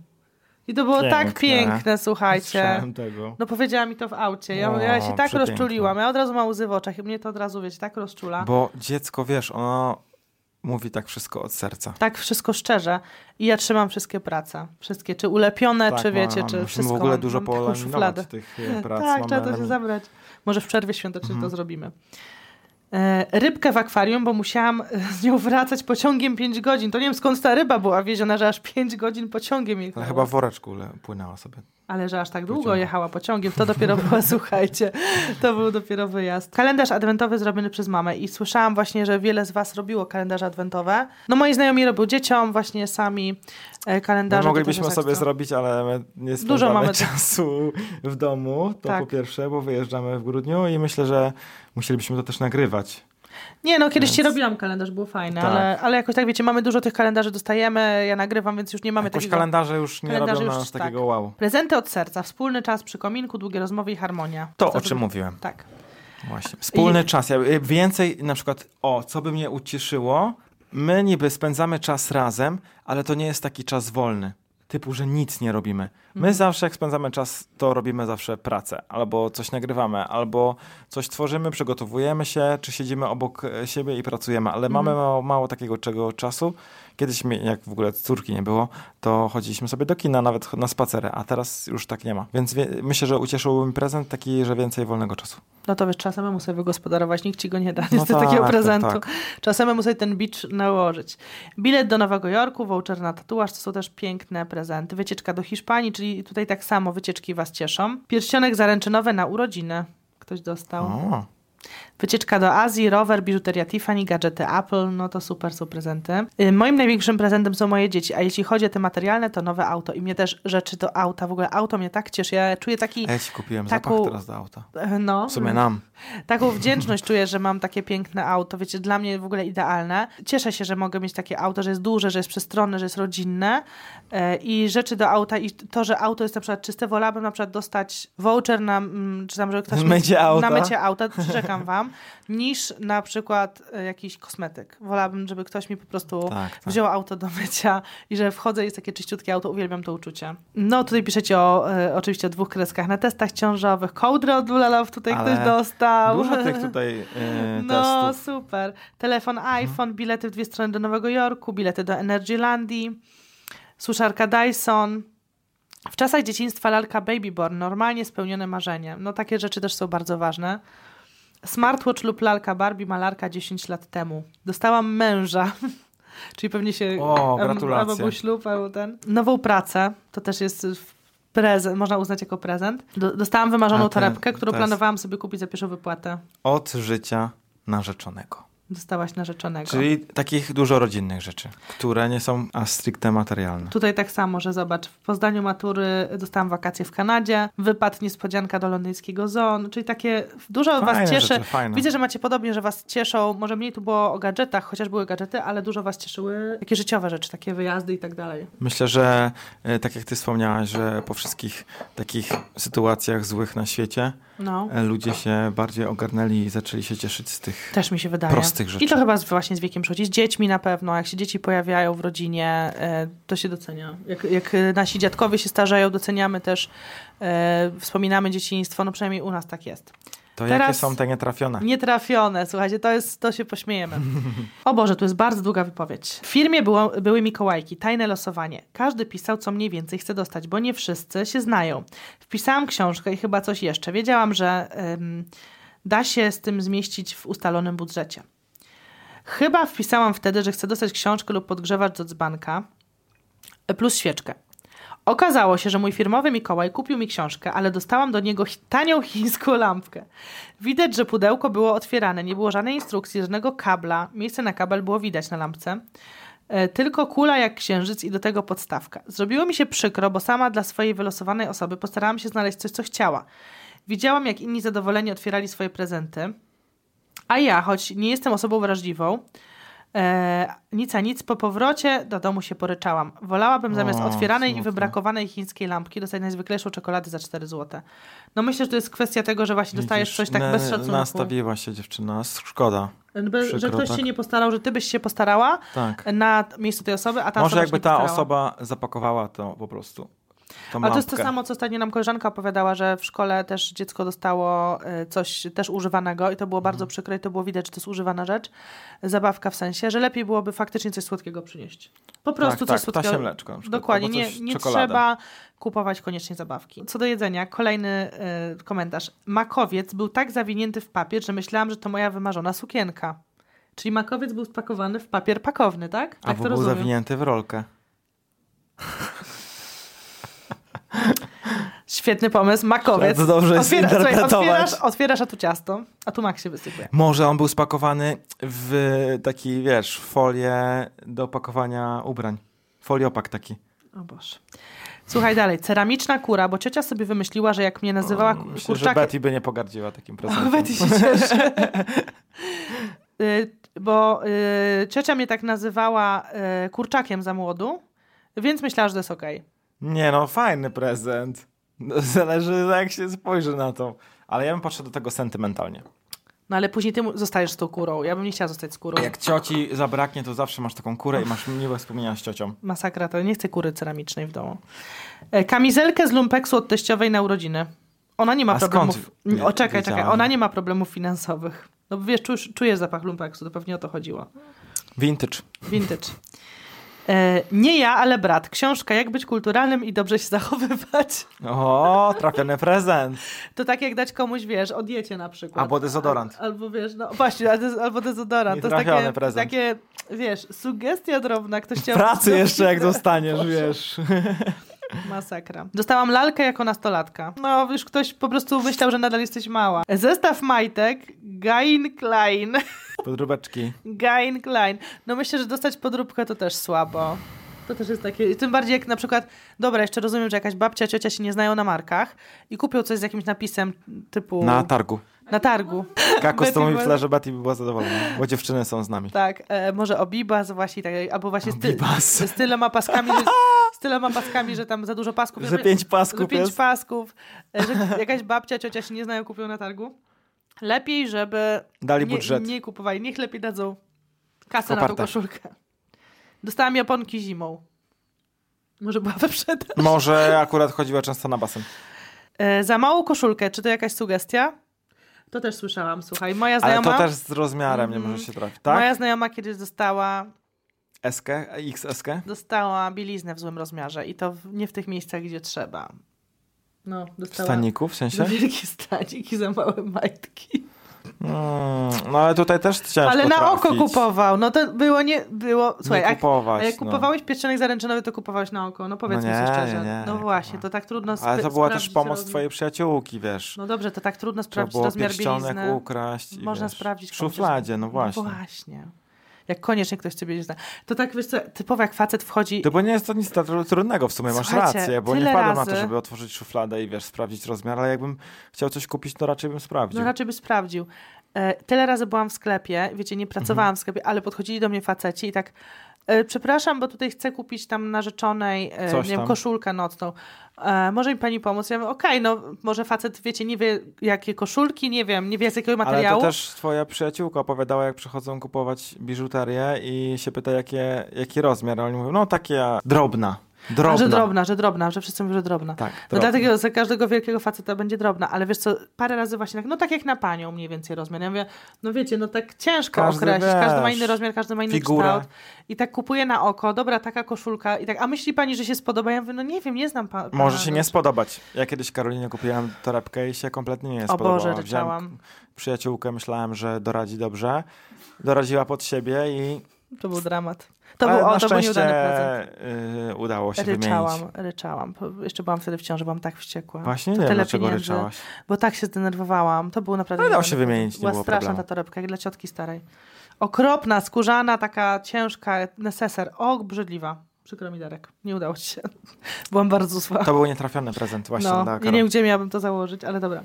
B: I to było tak
A: Piękne.
B: piękne, słuchajcie.
C: Słyszałem tego.
B: No powiedziała mi to w aucie. Ja,
A: O,
B: ja się tak
A: przepiękne.
B: rozczuliłam. Ja od razu mam łzy w oczach i mnie to od razu, wiecie, tak rozczula.
A: Bo dziecko, wiesz, ono mówi tak wszystko od serca.
B: Tak wszystko szczerze. I ja trzymam wszystkie prace. Wszystkie, czy ulepione,
C: Tak,
B: czy wiecie,
A: mam-
B: czy
A: no, musimy
B: wszystko.
A: w ogóle
B: mam-
A: dużo
B: mam taką szufladę.
C: poolaminować tych e, prac.
B: Tak,
C: mamy
B: trzeba to się
C: element-
B: zabrać. Może w przerwie świątecznej
A: mhm.
B: to zrobimy. E, rybkę w akwarium, bo musiałam e, z nią wracać pociągiem 5 godzin. To nie wiem skąd ta ryba była wieziona, że aż 5 godzin pociągiem jechała.
A: Ale chyba w woreczku le- płynęła sobie.
B: Ale że aż tak długo
A: Pociągiem.
B: jechała pociągiem, to dopiero była, słuchajcie, to był dopiero wyjazd. Kalendarz adwentowy zrobiony przez mamę i słyszałam właśnie, że wiele z was robiło kalendarze adwentowe. No moi znajomi robią dzieciom właśnie sami e,
A: No,
B: kalendarze.
A: moglibyśmy
B: to też
A: sobie
B: ekstra.
A: zrobić, ale my nie
B: Dużo
A: spędzamy
B: mamy-
A: czasu w domu, to
B: Tak.
A: po pierwsze, bo wyjeżdżamy w grudniu i myślę, że musielibyśmy to też nagrywać.
B: Nie, no kiedyś
A: Więc-
B: ci robiłam kalendarz, było fajne,
A: Tak.
B: ale, ale jakoś tak wiecie, mamy dużo tych kalendarzy, dostajemy, ja nagrywam, więc już nie mamy
A: Jakoś
B: takiego...
A: kalendarze już nie
B: Kalendarze
A: robią
B: już
A: na nas
B: tak.
A: takiego wow.
B: Prezenty od serca, wspólny czas przy kominku, długie rozmowy i harmonia.
A: To,
B: Zawsze-
A: o czym mówiłem.
B: Tak.
A: Właśnie. Wspólny czas. Ja, y, więcej na przykład, o, co by mnie ucieszyło, my niby spędzamy czas razem, ale to nie jest taki czas wolny. Typu, że nic nie robimy. My zawsze, jak spędzamy czas, to robimy zawsze pracę, albo coś nagrywamy, albo coś tworzymy, przygotowujemy się, czy siedzimy obok e, siebie i pracujemy, ale mamy mało, mało takiego czego czasu. Kiedyś, mi- jak w ogóle córki nie było, to chodziliśmy sobie do kina, nawet ch- na spacery, a teraz już tak nie ma. Więc wie, myślę, że ucieszyłby mi prezent taki, że więcej wolnego czasu.
B: No to wiesz, czasem samemu sobie wygospodarować, nikt ci go nie da,
A: No
B: niestety
A: tak,
B: takiego
A: tak,
B: prezentu.
A: tak.
B: Czasem samemu sobie ten bicz nałożyć. Bilet do Nowego Jorku, voucher na tatuaż, to są też piękne prezenty. Wycieczka do Hiszpanii, czyli tutaj tak samo wycieczki was cieszą. Pierścionek zaręczynowy na urodziny. Ktoś dostał.
A: O.
B: Wycieczka do Azji, rower, biżuteria Tiffany, gadżety Apple, no to super są prezenty. Y, Moim największym prezentem są moje dzieci, a jeśli chodzi o te materialne, to nowe auto i mnie też rzeczy do auta, w ogóle auto mnie tak cieszy, ja czuję taki,
A: A Ja ci kupiłem
B: Taką-
A: zapach teraz do auta.
B: e, no,
A: W sumie nam.
B: taką wdzięczność czuję, że mam takie piękne auto, wiecie, dla mnie w ogóle idealne. Cieszę się, że mogę mieć takie auto, że jest duże, że jest przestronne, że jest rodzinne E, i rzeczy do auta i to, że auto jest na przykład czyste, wolałabym na przykład dostać voucher na, mm, czy tam, że ktoś mi-
A: Mycie auta.
B: na mycie auta, przyrzekam wam, niż na przykład e, jakiś kosmetyk. Wolałabym, żeby ktoś mi po prostu
A: Tak, tak.
B: wziął auto do mycia i że wchodzę, jest takie czyściutkie auto, uwielbiam to uczucie. No tutaj piszecie o, e, oczywiście o dwóch kreskach na testach ciążowych, kołdrę od Lulalow tutaj
A: Ale
B: ktoś dostał.
A: Dużo tych tutaj yy,
B: No,
A: testów.
B: super. Telefon iPhone,
A: Mhm.
B: bilety w dwie strony do Nowego Jorku, bilety do Energylandii, suszarka Dyson. W czasach dzieciństwa lalka Babyborn, normalnie spełnione marzenie. No takie rzeczy też są bardzo ważne. Smartwatch lub lalka Barbie malarka 10 lat temu. Dostałam męża. Czyli pewnie się
A: O,
B: em,
A: gratulacje.
B: albo był ślub, albo ten. Nową pracę, to też jest w- prezent, można uznać jako prezent. Do, dostałam wymarzoną
A: A ten
B: torebkę, którą
A: test.
B: planowałam sobie kupić za pierwszą wypłatę.
A: Od życia narzeczonego.
B: Dostałaś narzeczonego.
A: Czyli takich dużo rodzinnych rzeczy, które nie są a stricte materialne.
B: Tutaj tak samo, że zobacz, w Poznaniu matury dostałam wakacje w Kanadzie, wypadł niespodzianka do londyńskiego zoo, no, czyli takie dużo
A: Fajne
B: was cieszy.
A: rzeczy, fajne.
B: Widzę, że macie podobnie, że was cieszą, może mniej tu było o gadżetach, chociaż były gadżety, ale dużo was cieszyły takie życiowe rzeczy, takie wyjazdy i tak dalej.
A: Myślę, że e, tak jak ty wspomniałaś, że po wszystkich takich sytuacjach złych na świecie
B: No.
A: e, ludzie się bardziej ogarnęli i zaczęli się cieszyć z tych.
B: Też mi się wydaje.
A: Prostych rzeczy.
B: I to chyba z, właśnie z wiekiem przychodzi. Z dziećmi na pewno. Jak się dzieci pojawiają w rodzinie, e, to się docenia. Jak, jak e, nasi dziadkowie się starzeją, doceniamy też, e, wspominamy dzieciństwo. No przynajmniej u nas tak jest.
A: To jakie
B: Teraz-
A: są te nietrafione?
B: Nietrafione, słuchajcie, to jest, to się pośmiejemy. O Boże, tu jest bardzo długa wypowiedź. W firmie było, były Mikołajki, tajne losowanie. Każdy pisał, co mniej więcej chce dostać, bo nie wszyscy się znają. Wpisałam książkę i chyba coś jeszcze. Wiedziałam, że ym, da się z tym zmieścić w ustalonym budżecie. Chyba wpisałam wtedy, że chcę dostać książkę lub podgrzewacz do dzbanka plus świeczkę. Okazało się, że mój firmowy Mikołaj kupił mi książkę, ale dostałam do niego chi- tanią chińską lampkę. Widać, że pudełko było otwierane, nie było żadnej instrukcji, żadnego kabla. Miejsce na kabel było widać na lampce. E, Tylko kula jak księżyc i do tego podstawka. Zrobiło mi się przykro, bo sama dla swojej wylosowanej osoby postarałam się znaleźć coś, co chciała. Widziałam, jak inni zadowoleni otwierali swoje prezenty. A ja, choć nie jestem osobą wrażliwą, e, nic a nic, po powrocie do domu się poryczałam. Wolałabym zamiast
A: O,
B: otwieranej i
A: smutne.
B: wybrakowanej chińskiej lampki dostać najzwyklejszą czekoladę za 4 zł. No myślę, że to jest kwestia tego, że właśnie dostajesz
A: Widzisz,
B: coś tak
A: na-
B: bez szacunku.
A: Nastawiła się dziewczyna, szkoda.
B: Jakby, że
A: Przykro,
B: ktoś
A: tak.
B: się nie postarał, że ty byś się postarała
A: Tak.
B: na miejscu tej osoby, a ta
A: Może
B: osoba się
A: jakby
B: nie
A: ta
B: postarała.
A: osoba zapakowała to po prostu. tą
B: Ale to jest to
A: lampkę.
B: samo, co ostatnio nam koleżanka opowiadała, że w szkole też dziecko dostało e, coś też używanego i to było
A: Mhm.
B: bardzo przykre i to było widać, że to jest używana rzecz. Zabawka w sensie, że lepiej byłoby faktycznie coś słodkiego przynieść. Po prostu
A: tak,
B: coś
A: tak,
B: słodkiego.
A: ptasie mleczko na przykład,
B: Dokładnie,
A: albo
B: nie,
A: coś-
B: nie
A: czekoladę.
B: trzeba kupować koniecznie zabawki. Co do jedzenia, kolejny e, komentarz. Makowiec był tak zawinięty w papier, że myślałam, że to moja wymarzona sukienka. Czyli makowiec był spakowany w papier pakowny, tak? Tak
A: Albo
B: to
A: był
B: rozumiem.
A: zawinięty w rolkę.
B: Świetny pomysł, makowiec.
A: Bardzo dobrze jest
B: Otwiera- słuchaj,
A: interpretować.
B: otwierasz, otwierasz, a tu ciasto, a tu mak się wysypie.
A: Może on był spakowany w taki, wiesz, folię do pakowania ubrań. Foliopak taki.
B: O Boże. Słuchaj dalej, ceramiczna kura, bo ciocia sobie wymyśliła, że jak mnie nazywała ku-
A: Mm, Myślę, że
B: kurczakiem...
A: Betty by nie pogardziła takim
B: O,
A: prezentem.
B: Betty się cieszy. Y, bo y, ciocia mnie tak nazywała y, kurczakiem za młodu, więc myślała, że to jest okej.
A: Nie no, fajny prezent. No, Zależy jak się spojrzy na to. Ale ja bym podszedł do tego sentymentalnie.
B: No ale później ty mu- zostajesz z tą kurą. Ja bym nie chciała zostać z kurą.
A: Jak cioci zabraknie, to zawsze masz taką kurę i masz miłe wspomnienia z ciocią.
B: Masakra, to nie chcę kury ceramicznej w domu. E, Kamizelkę z lumpeksu od teściowej na urodziny. Ona nie ma
A: A
B: problemów.
A: skąd?
B: Nie,
A: Nie,
B: o, czekaj, czekaj.
A: wiedziałem.
B: Ona nie ma problemów finansowych. No bo wiesz, czujesz, czujesz zapach lumpeksu, to pewnie o to chodziło.
A: Vintage.
B: Vintage. E, nie ja, ale brat. Książka Jak być kulturalnym i dobrze się zachowywać.
A: O, trafiony prezent.
B: To tak jak dać komuś, wiesz, o diecie na przykład.
A: Albo dezodorant.
B: Al, albo wiesz, no właśnie, a dez- albo dezodorant. To jest
A: Nietrafiony
B: takie,
A: prezent.
B: takie, wiesz, sugestia drobna. Ktoś chciał...
A: Pracy jeszcze jak dostaniesz, wiesz.
B: Masakra. Dostałam lalkę jako nastolatka. No, już ktoś po prostu myślał, że nadal jesteś mała. Zestaw majtek Gain Klein.
A: Podróbeczki.
B: Gain Klein. No myślę, że dostać podróbkę to też słabo. To też jest takie. I tym bardziej jak na przykład, dobra, jeszcze rozumiem, że jakaś babcia, ciocia się nie znają na markach i kupią coś z jakimś napisem typu
A: Na targu.
B: na targu.
A: Kako z
B: Betty
A: tą
B: była-
A: myślę, że Betty by była zadowolona, bo dziewczyny są z nami.
B: Tak, e, może obibas właśnie, tak, albo właśnie styl,
A: Obibas.
B: z tyloma paskami, że, z tyloma paskami, że tam za dużo pasków.
A: Że pięć
B: Że
A: pasków
B: pięć
A: jest.
B: pasków, e, że jakaś babcia, ciocia się nie znają, kupią na targu. Lepiej, żeby
A: Dali
B: nie,
A: budżet.
B: nie kupowali. Niech lepiej dadzą kasę na tą
A: Koparta.
B: koszulkę. Dostałam japonki zimą. Może była wyprzeda.
A: Może akurat chodziła często na basen.
B: E, za małą koszulkę, czy to jakaś sugestia? To też słyszałam, słuchaj. Moja
A: Ale
B: znajoma, Mm.
A: to też z rozmiarem nie może się trafić,
B: moja
A: tak?
B: znajoma kiedyś dostała,
A: SK? XSK?
B: dostała bieliznę w złym rozmiarze i to w, nie w tych miejscach, gdzie trzeba. No, dostała
A: Staniku w
B: za
A: sensie?
B: wielki stanik i za małe majtki.
A: Mm, no ale tutaj też ciężko
B: Ale na oko
A: trafić.
B: kupował. No to było nie było. Słuchaj,
A: nie
B: jak,
A: kupować,
B: a jak
A: no.
B: kupowałeś pieczonek zaręczynowy, to kupowałeś na oko. No powiedzmy
A: No nie,
B: sobie szczerze.
A: nie, nie,
B: no
A: nie
B: właśnie,
A: kupowałem.
B: to tak trudno sp-
A: Ale to była też
B: sprawdzić
A: pomoc
B: rozmiar-
A: twojej przyjaciółki, wiesz.
B: No dobrze, to tak trudno
A: Trzeba
B: sprawdzić
A: było
B: rozmiar
A: pierścionek
B: bielizny.
A: ukraść. i
B: Można
A: wiesz,
B: sprawdzić.
A: W
B: komuś
A: szufladzie,
B: rozmiar-
A: no właśnie.
B: właśnie. Jak koniecznie ktoś ciebie nie zna. To tak, wiesz co, typowo jak facet wchodzi...
A: To bo nie jest to nic tru- trudnego w sumie, masz
B: Słuchajcie,
A: rację, bo nie
B: tyle
A: wpadłem na to,
B: razy-
A: żeby otworzyć szufladę i wiesz, sprawdzić rozmiar, ale jakbym chciał coś kupić, to raczej bym sprawdził.
B: No raczej by sprawdził. E, tyle razy byłam w sklepie, wiecie, nie pracowałam w sklepie, ale podchodzili do mnie faceci i tak e, przepraszam, bo tutaj chcę kupić tam narzeczonej, e, nie
A: Coś
B: wiem,
A: tam.
B: koszulkę nocną. E, może mi pani pomóc? Ja mówię, okej, no może facet, wiecie, nie wie jakie koszulki, nie wiem, nie wie z jakiego
A: ale to
B: materiału.
A: też twoja przyjaciółka opowiadała, jak przychodzą kupować biżuterię i się pyta, jakie, jaki rozmiar, a oni mówią, no takie drobna, drobna.
B: A, że drobna, że drobna, że wszyscy mówią, że drobna.
A: Tak,
B: No
A: drobna.
B: dlatego za każdego wielkiego faceta będzie drobna, ale wiesz co, parę razy właśnie tak, no tak jak na panią mniej więcej rozmiar. Ja mówię, no wiecie, no tak ciężko
A: Każdy,
B: określić, każdy ma
A: wiesz,
B: inny rozmiar, każdy ma inny
A: figura.
B: kształt. I tak kupuje na oko, dobra, taka koszulka i tak, a myśli pani, że się spodoba? Ja mówię, no nie wiem, nie znam pa- pana.
A: Może się nie spodobać. Ja kiedyś Karolinie kupiłem torebkę i się kompletnie nie
B: O
A: spodobała.
B: Boże,
A: Wziąłem
B: ryczałam.
A: przyjaciółkę, myślałem, że doradzi dobrze. Doradziła pod siebie i
B: To był dramat. To
A: ale
B: był,
A: na
B: o, to był
A: szczęście
B: nieudany prezent.
A: y, udało się
B: Ryczałam,
A: wymienić.
B: ryczałam. Po- Jeszcze byłam wtedy w ciąży, byłam tak wściekła.
A: Właśnie
B: To
A: nie wiem,
B: tyle
A: dlaczego
B: pieniędzy.
A: ryczałaś.
B: Bo tak się zdenerwowałam. To było naprawdę.
A: Ale dało
B: niezłe.
A: No, się wymienić, nie
B: Była
A: było
B: straszna
A: problemu.
B: ta torebka, jak dla ciotki starej. Okropna, skórzana, taka ciężka, neseser. O, brzydliwa. Przykro mi, Darek. Nie udało ci się. Byłam bardzo zła.
A: To był nietrafiony prezent właśnie
B: No,
A: dla
B: nie
A: Karol.
B: wiem, gdzie miałabym to założyć, ale dobra.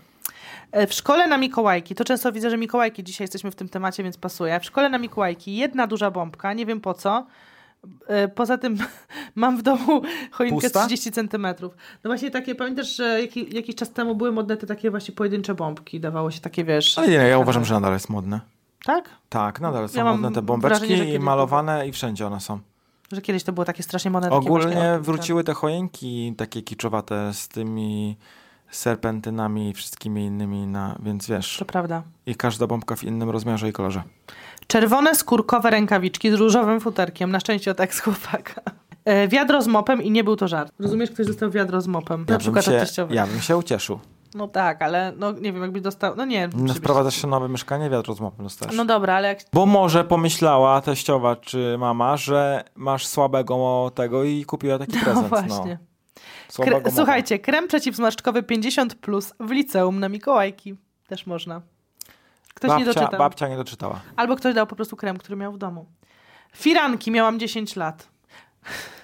B: E, W szkole na Mikołajki, to często widzę, że Mikołajki dzisiaj jesteśmy w tym temacie, więc pasuje. W szkole na Mikołajki jedna duża bombka, nie wiem po co. E, Poza tym mam w domu choinkę
A: Pusta?
B: 30 centymetrów. No właśnie takie, pamiętasz, że jaki, jakiś czas temu były modne te takie właśnie pojedyncze bombki, dawało się takie, wiesz...
A: Ale nie, ja uważam, że nadal jest modne.
B: Tak?
A: Tak, nadal są
B: Ja mam
A: modne te
B: wrażenie, że
A: bombeczki i
B: kiedyś
A: malowane i wszędzie one są.
B: Że kiedyś to było takie strasznie modne. takie właśnie tak.
A: Ogólnie
B: od-
A: wróciły te choinki takie kiczowate z tymi serpentynami i wszystkimi innymi, na, więc wiesz.
B: To prawda.
A: I każda bombka w innym rozmiarze i kolorze.
B: Czerwone skórkowe rękawiczki z różowym futerkiem. Na szczęście od ex-chłopaka. E, wiadro z mopem i nie był to żart. Rozumiesz, ktoś dostał wiadro z mopem. na przykład od
A: bym się,
B: teściowej.
A: ja bym się ucieszył.
B: No tak, ale no nie wiem, jakby dostał... No nie.
A: No,
B: oczywiście.
A: wprowadzasz się nowe mieszkanie, wiatr rozmowę dostajesz.
B: No dobra, ale jak...
A: Bo może pomyślała teściowa czy mama, że masz słabego tego i kupiła taki
B: No
A: prezent.
B: właśnie.
A: No.
B: Kre...
A: Słabego mopa.
B: Słuchajcie, krem przeciwzmarszczkowy 50 plus w liceum na Mikołajki. Też można. Ktoś
A: babcia,
B: nie doczytał.
A: Babcia nie doczytała.
B: Albo ktoś dał po prostu krem, który miał w domu. Firanki miałam 10 lat.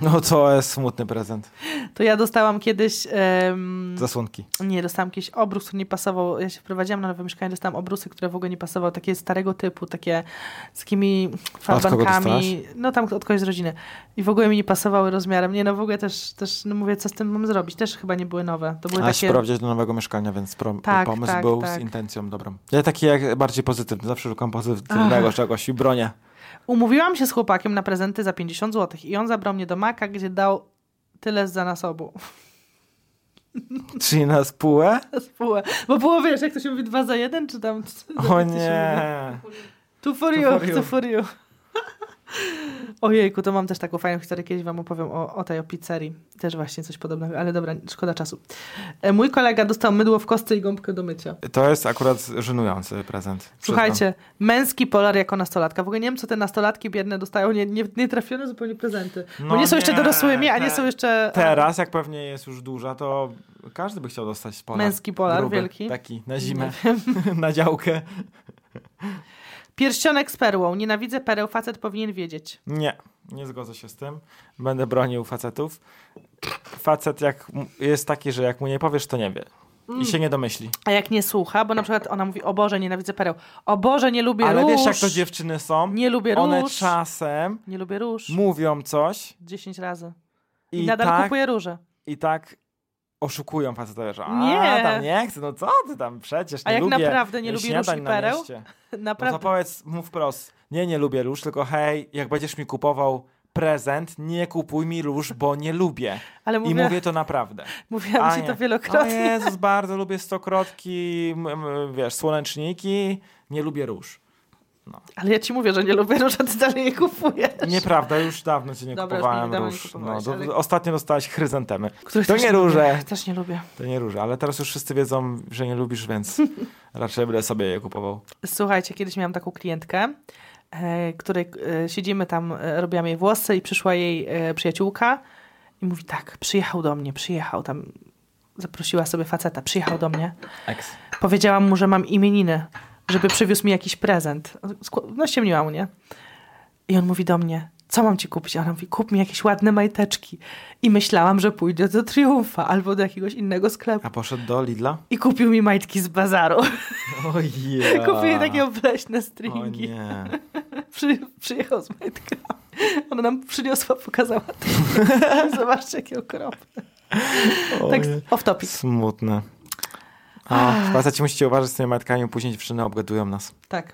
A: No to jest smutny prezent.
B: To ja dostałam kiedyś. em,
A: Zasłonki.
B: nie, dostałam jakiś obrus, który nie pasował. Ja się wprowadziłam na nowe mieszkanie, dostałam obrusy, które w ogóle nie pasowały. Takie starego typu, takie z takimi farbankami.
A: dostałaś?
B: No tam od kogoś z rodziny. I w ogóle mi nie pasowały rozmiarem. Nie, no w ogóle też, też no mówię, co z tym mam zrobić. Też chyba nie były nowe. To były
A: A się
B: takie.
A: wprowadzić do nowego mieszkania, więc pro,
B: Tak,
A: pomysł
B: tak,
A: był
B: tak.
A: z intencją dobrą. Ja taki jak bardziej pozytywny, zawsze szukam pozytywnego czegoś i bronię.
B: Umówiłam się z chłopakiem na prezenty za 50 zł i on zabrał mnie do maka, gdzie dał tyle za nas obu.
A: Czyli na spółę?
B: Spółę. Bo było, wiesz, jak to się mówi, dwa za jeden, czy tam... za
A: O
B: pięć No, się
A: nie.
B: Two for
A: Two
B: you,
A: for you.
B: two for you. Ojejku, to mam też taką fajną historię, kiedyś wam opowiem o, o tej o pizzerii. Też właśnie coś podobnego, ale dobra, szkoda czasu. E, Mój kolega dostał mydło w kostce i gąbkę do mycia.
A: To jest akurat żenujący prezent. Przyznam.
B: Słuchajcie, męski polar jako nastolatka. W ogóle nie wiem, co te nastolatki biedne dostają nie, nie, nie trafione zupełnie prezenty. bo
A: No
B: nie są jeszcze
A: nie,
B: dorosłymi, a
A: te-
B: nie są jeszcze...
A: Teraz, jak pewnie jest już duża, to każdy by chciał dostać polar.
B: Męski polar
A: gruby,
B: wielki.
A: Taki, na zimę, na działkę.
B: Pierścionek z perłą. Nienawidzę pereł, facet powinien wiedzieć.
A: Nie, nie zgodzę się z tym. Będę bronił facetów. Facet jak m- jest taki, że jak mu nie powiesz, to nie wie. I się nie domyśli.
B: A jak nie słucha, bo na przykład ona mówi, o Boże, nienawidzę pereł. O Boże, nie lubię
A: Ale
B: róż.
A: wiesz, jak to dziewczyny są?
B: Mm. Nie lubię
A: One
B: róż.
A: czasem
B: Nie lubię róż.
A: mówią coś
B: 10 razy. I,
A: i,
B: nadal
A: tak,
B: kupuję róże.
A: i tak oszukują faceta, że a,
B: Nie.
A: tam nie chcę, no co ty tam, przecież
B: A
A: nie
B: jak
A: lubię.
B: naprawdę nie lubi
A: śniadań
B: róż i
A: na
B: pereł?
A: mieście. No to
B: Naprawdę.
A: powiedz, mów wprost. Nie, nie lubię róż, tylko hej, jak będziesz mi kupował prezent, nie kupuj mi róż, bo nie lubię.
B: Ale
A: I
B: mówię,
A: mówię to naprawdę.
B: mówiłam ci
A: nie.
B: to
A: O
B: wielokrotnie.
A: Jezus, bardzo lubię stokrotki, m- m- wiesz, słoneczniki, nie lubię róż.
B: Ale ja ci mówię, że nie lubię róż, a ty dalej je kupujesz.
A: Nieprawda, już dawno cię nie
B: Dobra, już
A: kupowałem
B: dawno nie
A: róż. no,
B: kupowałeś,
A: do,
B: ale-
A: Ostatnio dostałaś chryzantemy.
B: Których
A: To
B: też
A: nie róże,
B: lubię. Też nie lubię.
A: to nie róże, ale teraz już wszyscy wiedzą, że nie lubisz, więc raczej będę sobie je kupował.
B: Słuchajcie, kiedyś miałam taką klientkę, e, której e, siedzimy tam, e, robiłam jej włosy i przyszła jej e, przyjaciółka i mówi tak, przyjechał do mnie, przyjechał tam, zaprosiła sobie faceta, przyjechał do mnie.
A: Eks.
B: Powiedziałam mu, że mam imieniny, żeby przywiózł mi jakiś prezent. Skł- No ściemniła mu, nie? I on mówi do mnie, co mam ci kupić? A ona mówi, kup mi jakieś ładne majteczki. I myślałam, że pójdzie do Triumfa albo do jakiegoś innego sklepu.
A: A poszedł do Lidla?
B: I kupił mi majtki z bazaru.
A: Ojej.
B: Kupił takie obleśne
A: O
B: stringi.
A: nie.
B: Przy, przyjechał z majtkami. Ona nam przyniosła, pokazała. Te. Zobaczcie, jakie okropne. Tak,
A: Ojej.
B: off topic.
A: Smutne. A, faceci musicie uważać z tymi majtkami, później dziewczyny obgadują nas.
B: Tak.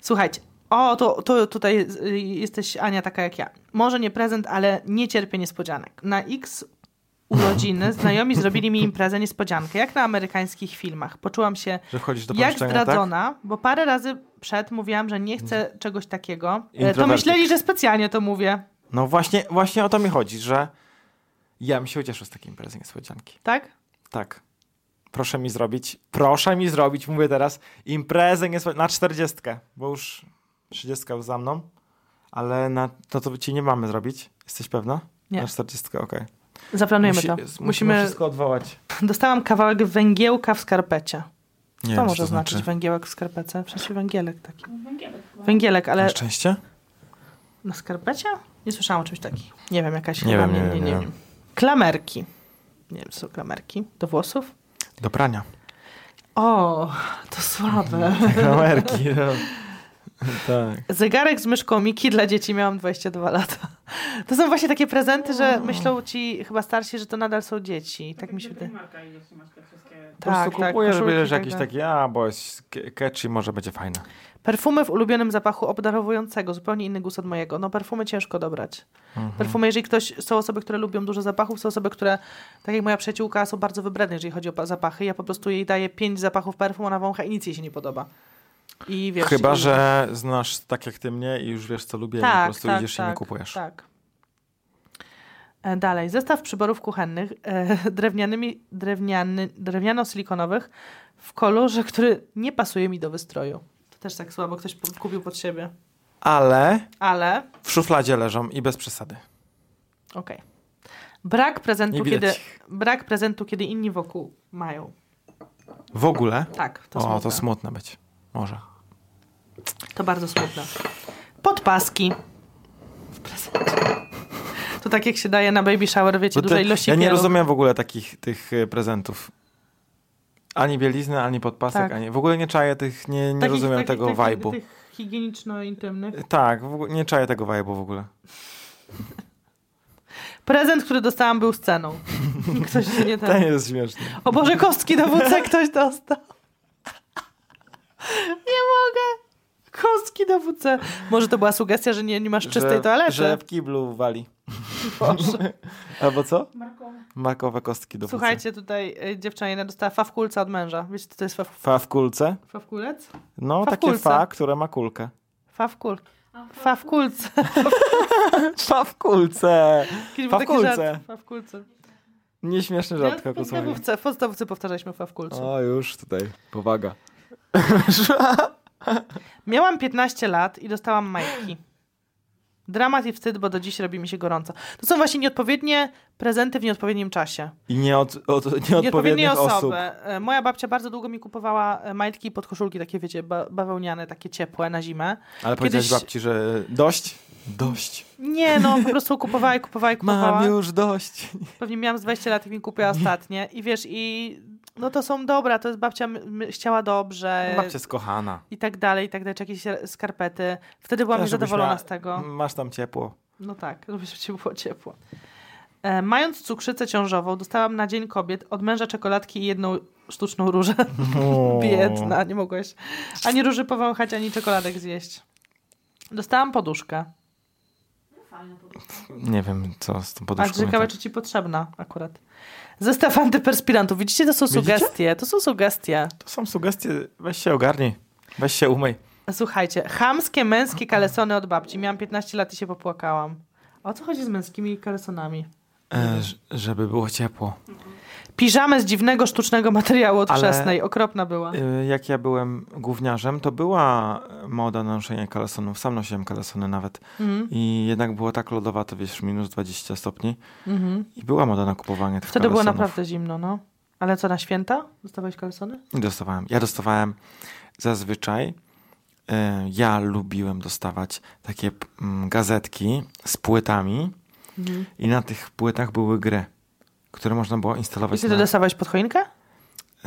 B: Słuchajcie. O, to, to tutaj y, jesteś, Ania, taka jak ja. Może nie prezent, ale nie cierpię niespodzianek. Na X urodziny znajomi zrobili mi imprezę niespodziankę, jak na amerykańskich filmach. Poczułam się
A: Że wchodzisz do
B: jak
A: pomieszczenia, tak?
B: zdradzona, bo parę razy przed mówiłam, że nie chcę czegoś takiego. E, To
A: Introwertyk.
B: myśleli, że specjalnie to mówię,
A: No właśnie, właśnie o to mi chodzi, że ja bym się ucieszył z takiej imprezy niespodzianki.
B: tak?
A: Tak. Proszę mi zrobić, proszę mi zrobić, mówię teraz, imprezę niespo- na czterdziestkę, bo już trzydziestka już za mną, ale na no to, to ci nie mamy zrobić. Jesteś pewna?
B: Nie.
A: Na czterdziestkę, okej.
B: Zaplanujemy
A: Musi-
B: to.
A: musimy
B: Musimy...
A: wszystko odwołać.
B: Dostałam kawałek węgiełka w skarpecie.
A: Nie
B: Co może
A: znaczy.
B: znaczyć węgiełek w skarpece? Przecież węgielek taki.
C: Węgielek.
B: Węgielek, ale
A: Na szczęście?
B: Na skarpecie? Nie słyszałam o czymś takim. Nie wiem, jakaś
A: Nie
B: chyba,
A: wiem, nie wiem, nie wiem.
B: Klamerki. Nie wiem, co są klamerki. Do włosów?
A: Do prania.
B: O, to słabe.
A: Kamerki. No. Tak.
B: Zegarek z myszką Miki dla dzieci miałam 22 lata. To są właśnie takie prezenty, że myślą ci chyba starsi, że to nadal są dzieci. Tak mi się wydaje.
C: Marka, jeśli masz te wszystkie...
A: Po prostu kupuję, żeby
B: koszulki
A: wiesz,
B: i tak
A: jakiś
B: dalej.
A: taki, a, bo jest ke- catchy, może będzie fajne.
B: Perfumy w ulubionym zapachu obdarowującego, zupełnie inny gust od mojego. No perfumy ciężko dobrać. Perfumy, jeżeli ktoś, są osoby, które lubią dużo zapachów, są osoby, które, tak jak moja przyjaciółka, są bardzo wybredne, jeżeli chodzi o pa- zapachy. Ja po prostu jej daję pięć zapachów perfum, ona wącha i nic jej się nie podoba. I wiesz,
A: Chyba,
B: i...
A: że znasz tak jak ty mnie i już wiesz, co lubię i po prostu idziesz i mi kupujesz.
B: Tak. E, Dalej, zestaw przyborów kuchennych e, drewnianymi, drewniany, drewniano-silikonowych w kolorze, który nie pasuje mi do wystroju. To też tak słabo ktoś po- kupił pod siebie.
A: Ale
B: Ale,
A: w szufladzie leżą i bez przesady.
B: okej. Brak prezentu,
A: Nie widać
B: kiedy,
A: ich.
B: brak prezentu, kiedy inni wokół mają.
A: W ogóle?
B: Tak, to,
A: o,
B: smutne.
A: to smutne być. Może.
B: to bardzo smutne. Podpaski. W prezencie. To tak jak się daje na baby shower, wiecie,
A: Bo
B: dużej
A: te,
B: ilości
A: ja nie
B: pieru.
A: rozumiem w ogóle takich tych e, prezentów. Ani bielizny, ani podpasek,
B: Tak.
A: ani... W ogóle nie czaję tych, nie, nie
B: Takich-
A: rozumiem
B: takich-
A: tego
B: takich-
A: vibe'u.
B: Tych higieniczno-intymnych.
A: Tak, w ogóle, nie czaję tego vibe'u w ogóle.
B: Prezent, który dostałam, był sceną. Ktoś się nie
A: To
B: ten.
A: jest śmieszne.
B: O Boże, kostki do WC ktoś dostał. Nie mogę. Kostki do WC. Może to była sugestia, że nie, nie masz czystej
A: że,
B: toalety.
A: Że w kiblu wali.
B: Boże.
A: Albo co?
C: Marko,
A: Makowe kostki do Słuchajcie.
B: Słuchajcie, tutaj y, dziewczyna jedna dostała fawkulca od męża. Wiecie, co to jest faf...
A: Fa w kulce?
B: fawkulec?
A: No,
B: Fa w
A: takie
B: kulce.
A: fa, które ma kulkę.
B: Fawkul. Fawkulce.
A: Fa w kulce!
B: Kiedyś był taki
A: Fawkulce.
B: żart. Fawkulce.
A: Nieśmieszny
B: Ja
A: żart,
B: w
A: Kokusławie.
B: podstawówce, w podstawówce powtarzaliśmy fawkulce.
A: O, już tutaj. Powaga.
B: Miałam 15 lat i dostałam majtki. Dramat i wstyd, bo do dziś robi mi się gorąco. To są właśnie nieodpowiednie prezenty w nieodpowiednim czasie.
A: I nie od, od, nieodpowiednich
B: osoby.
A: osób.
B: E, Moja babcia bardzo długo mi kupowała e, majtki i podkoszulki, takie wiecie, ba- bawełniane, takie ciepłe na zimę.
A: Ale powiedziałeś babci, że dość? Dość.
B: Nie no, po prostu kupowała i kupowała i kupowała.
A: Mam już dość.
B: Pewnie miałam z 20 lat i mi kupiła ostatnie. I wiesz, i no to są dobra, to jest babcia my, my, chciała dobrze.
A: No, Babcia jest kochana.
B: I tak dalej, i tak dalej, czy jakieś e, skarpety. Wtedy byłam
A: Też, żebyś
B: niezadowolona
A: miała- Mm.
B: z tego.
A: Masz tam ciepło.
B: No tak, żeby się było ciepło. E, mając cukrzycę ciążową, dostałam na Dzień Kobiet od męża czekoladki i jedną sztuczną różę. Biedna, nie mogłeś ani róży powąchać, ani czekoladek zjeść. Dostałam poduszkę.
C: fajne po prostu.
A: Nie wiem, co z tą
B: A
A: poduszką. nie
B: ciekawe,
A: tak.
B: czy ci potrzebna akurat. Zestaw antyperspirantów. Widzicie, to są
A: Widzicie?
B: sugestie. To są sugestie.
A: To są sugestie. Weź się ogarnij. Weź się umyj.
B: Słuchajcie, chamskie męskie kalesony od babci. Miałam 15 lat i się popłakałam. O co chodzi z męskimi kalesonami? Mhm.
A: E, ż- żeby było ciepło.
B: Piżamę z dziwnego, sztucznego materiału od
A: Ale-
B: wczesnej. Okropna była.
A: Y, Jak ja byłem gówniarzem, to była moda na noszenie kalesonów. Sam nosiłem kalesony nawet.
B: Mhm.
A: I jednak było tak lodowato, wiesz, minus 20 stopni.
B: Mhm.
A: I była moda na kupowanie tych
B: Wtedy było
A: kalesonów.
B: naprawdę zimno, no. Ale co, na święta? Dostawałeś kalesony?
A: I dostawałem. Ja dostawałem zazwyczaj, y, ja lubiłem dostawać takie p- mm, gazetki z płytami
B: Mhm.
A: i na tych płytach były gry, które można było
B: I
A: instalować
B: ty
A: na...
B: to dostawałeś pod choinkę?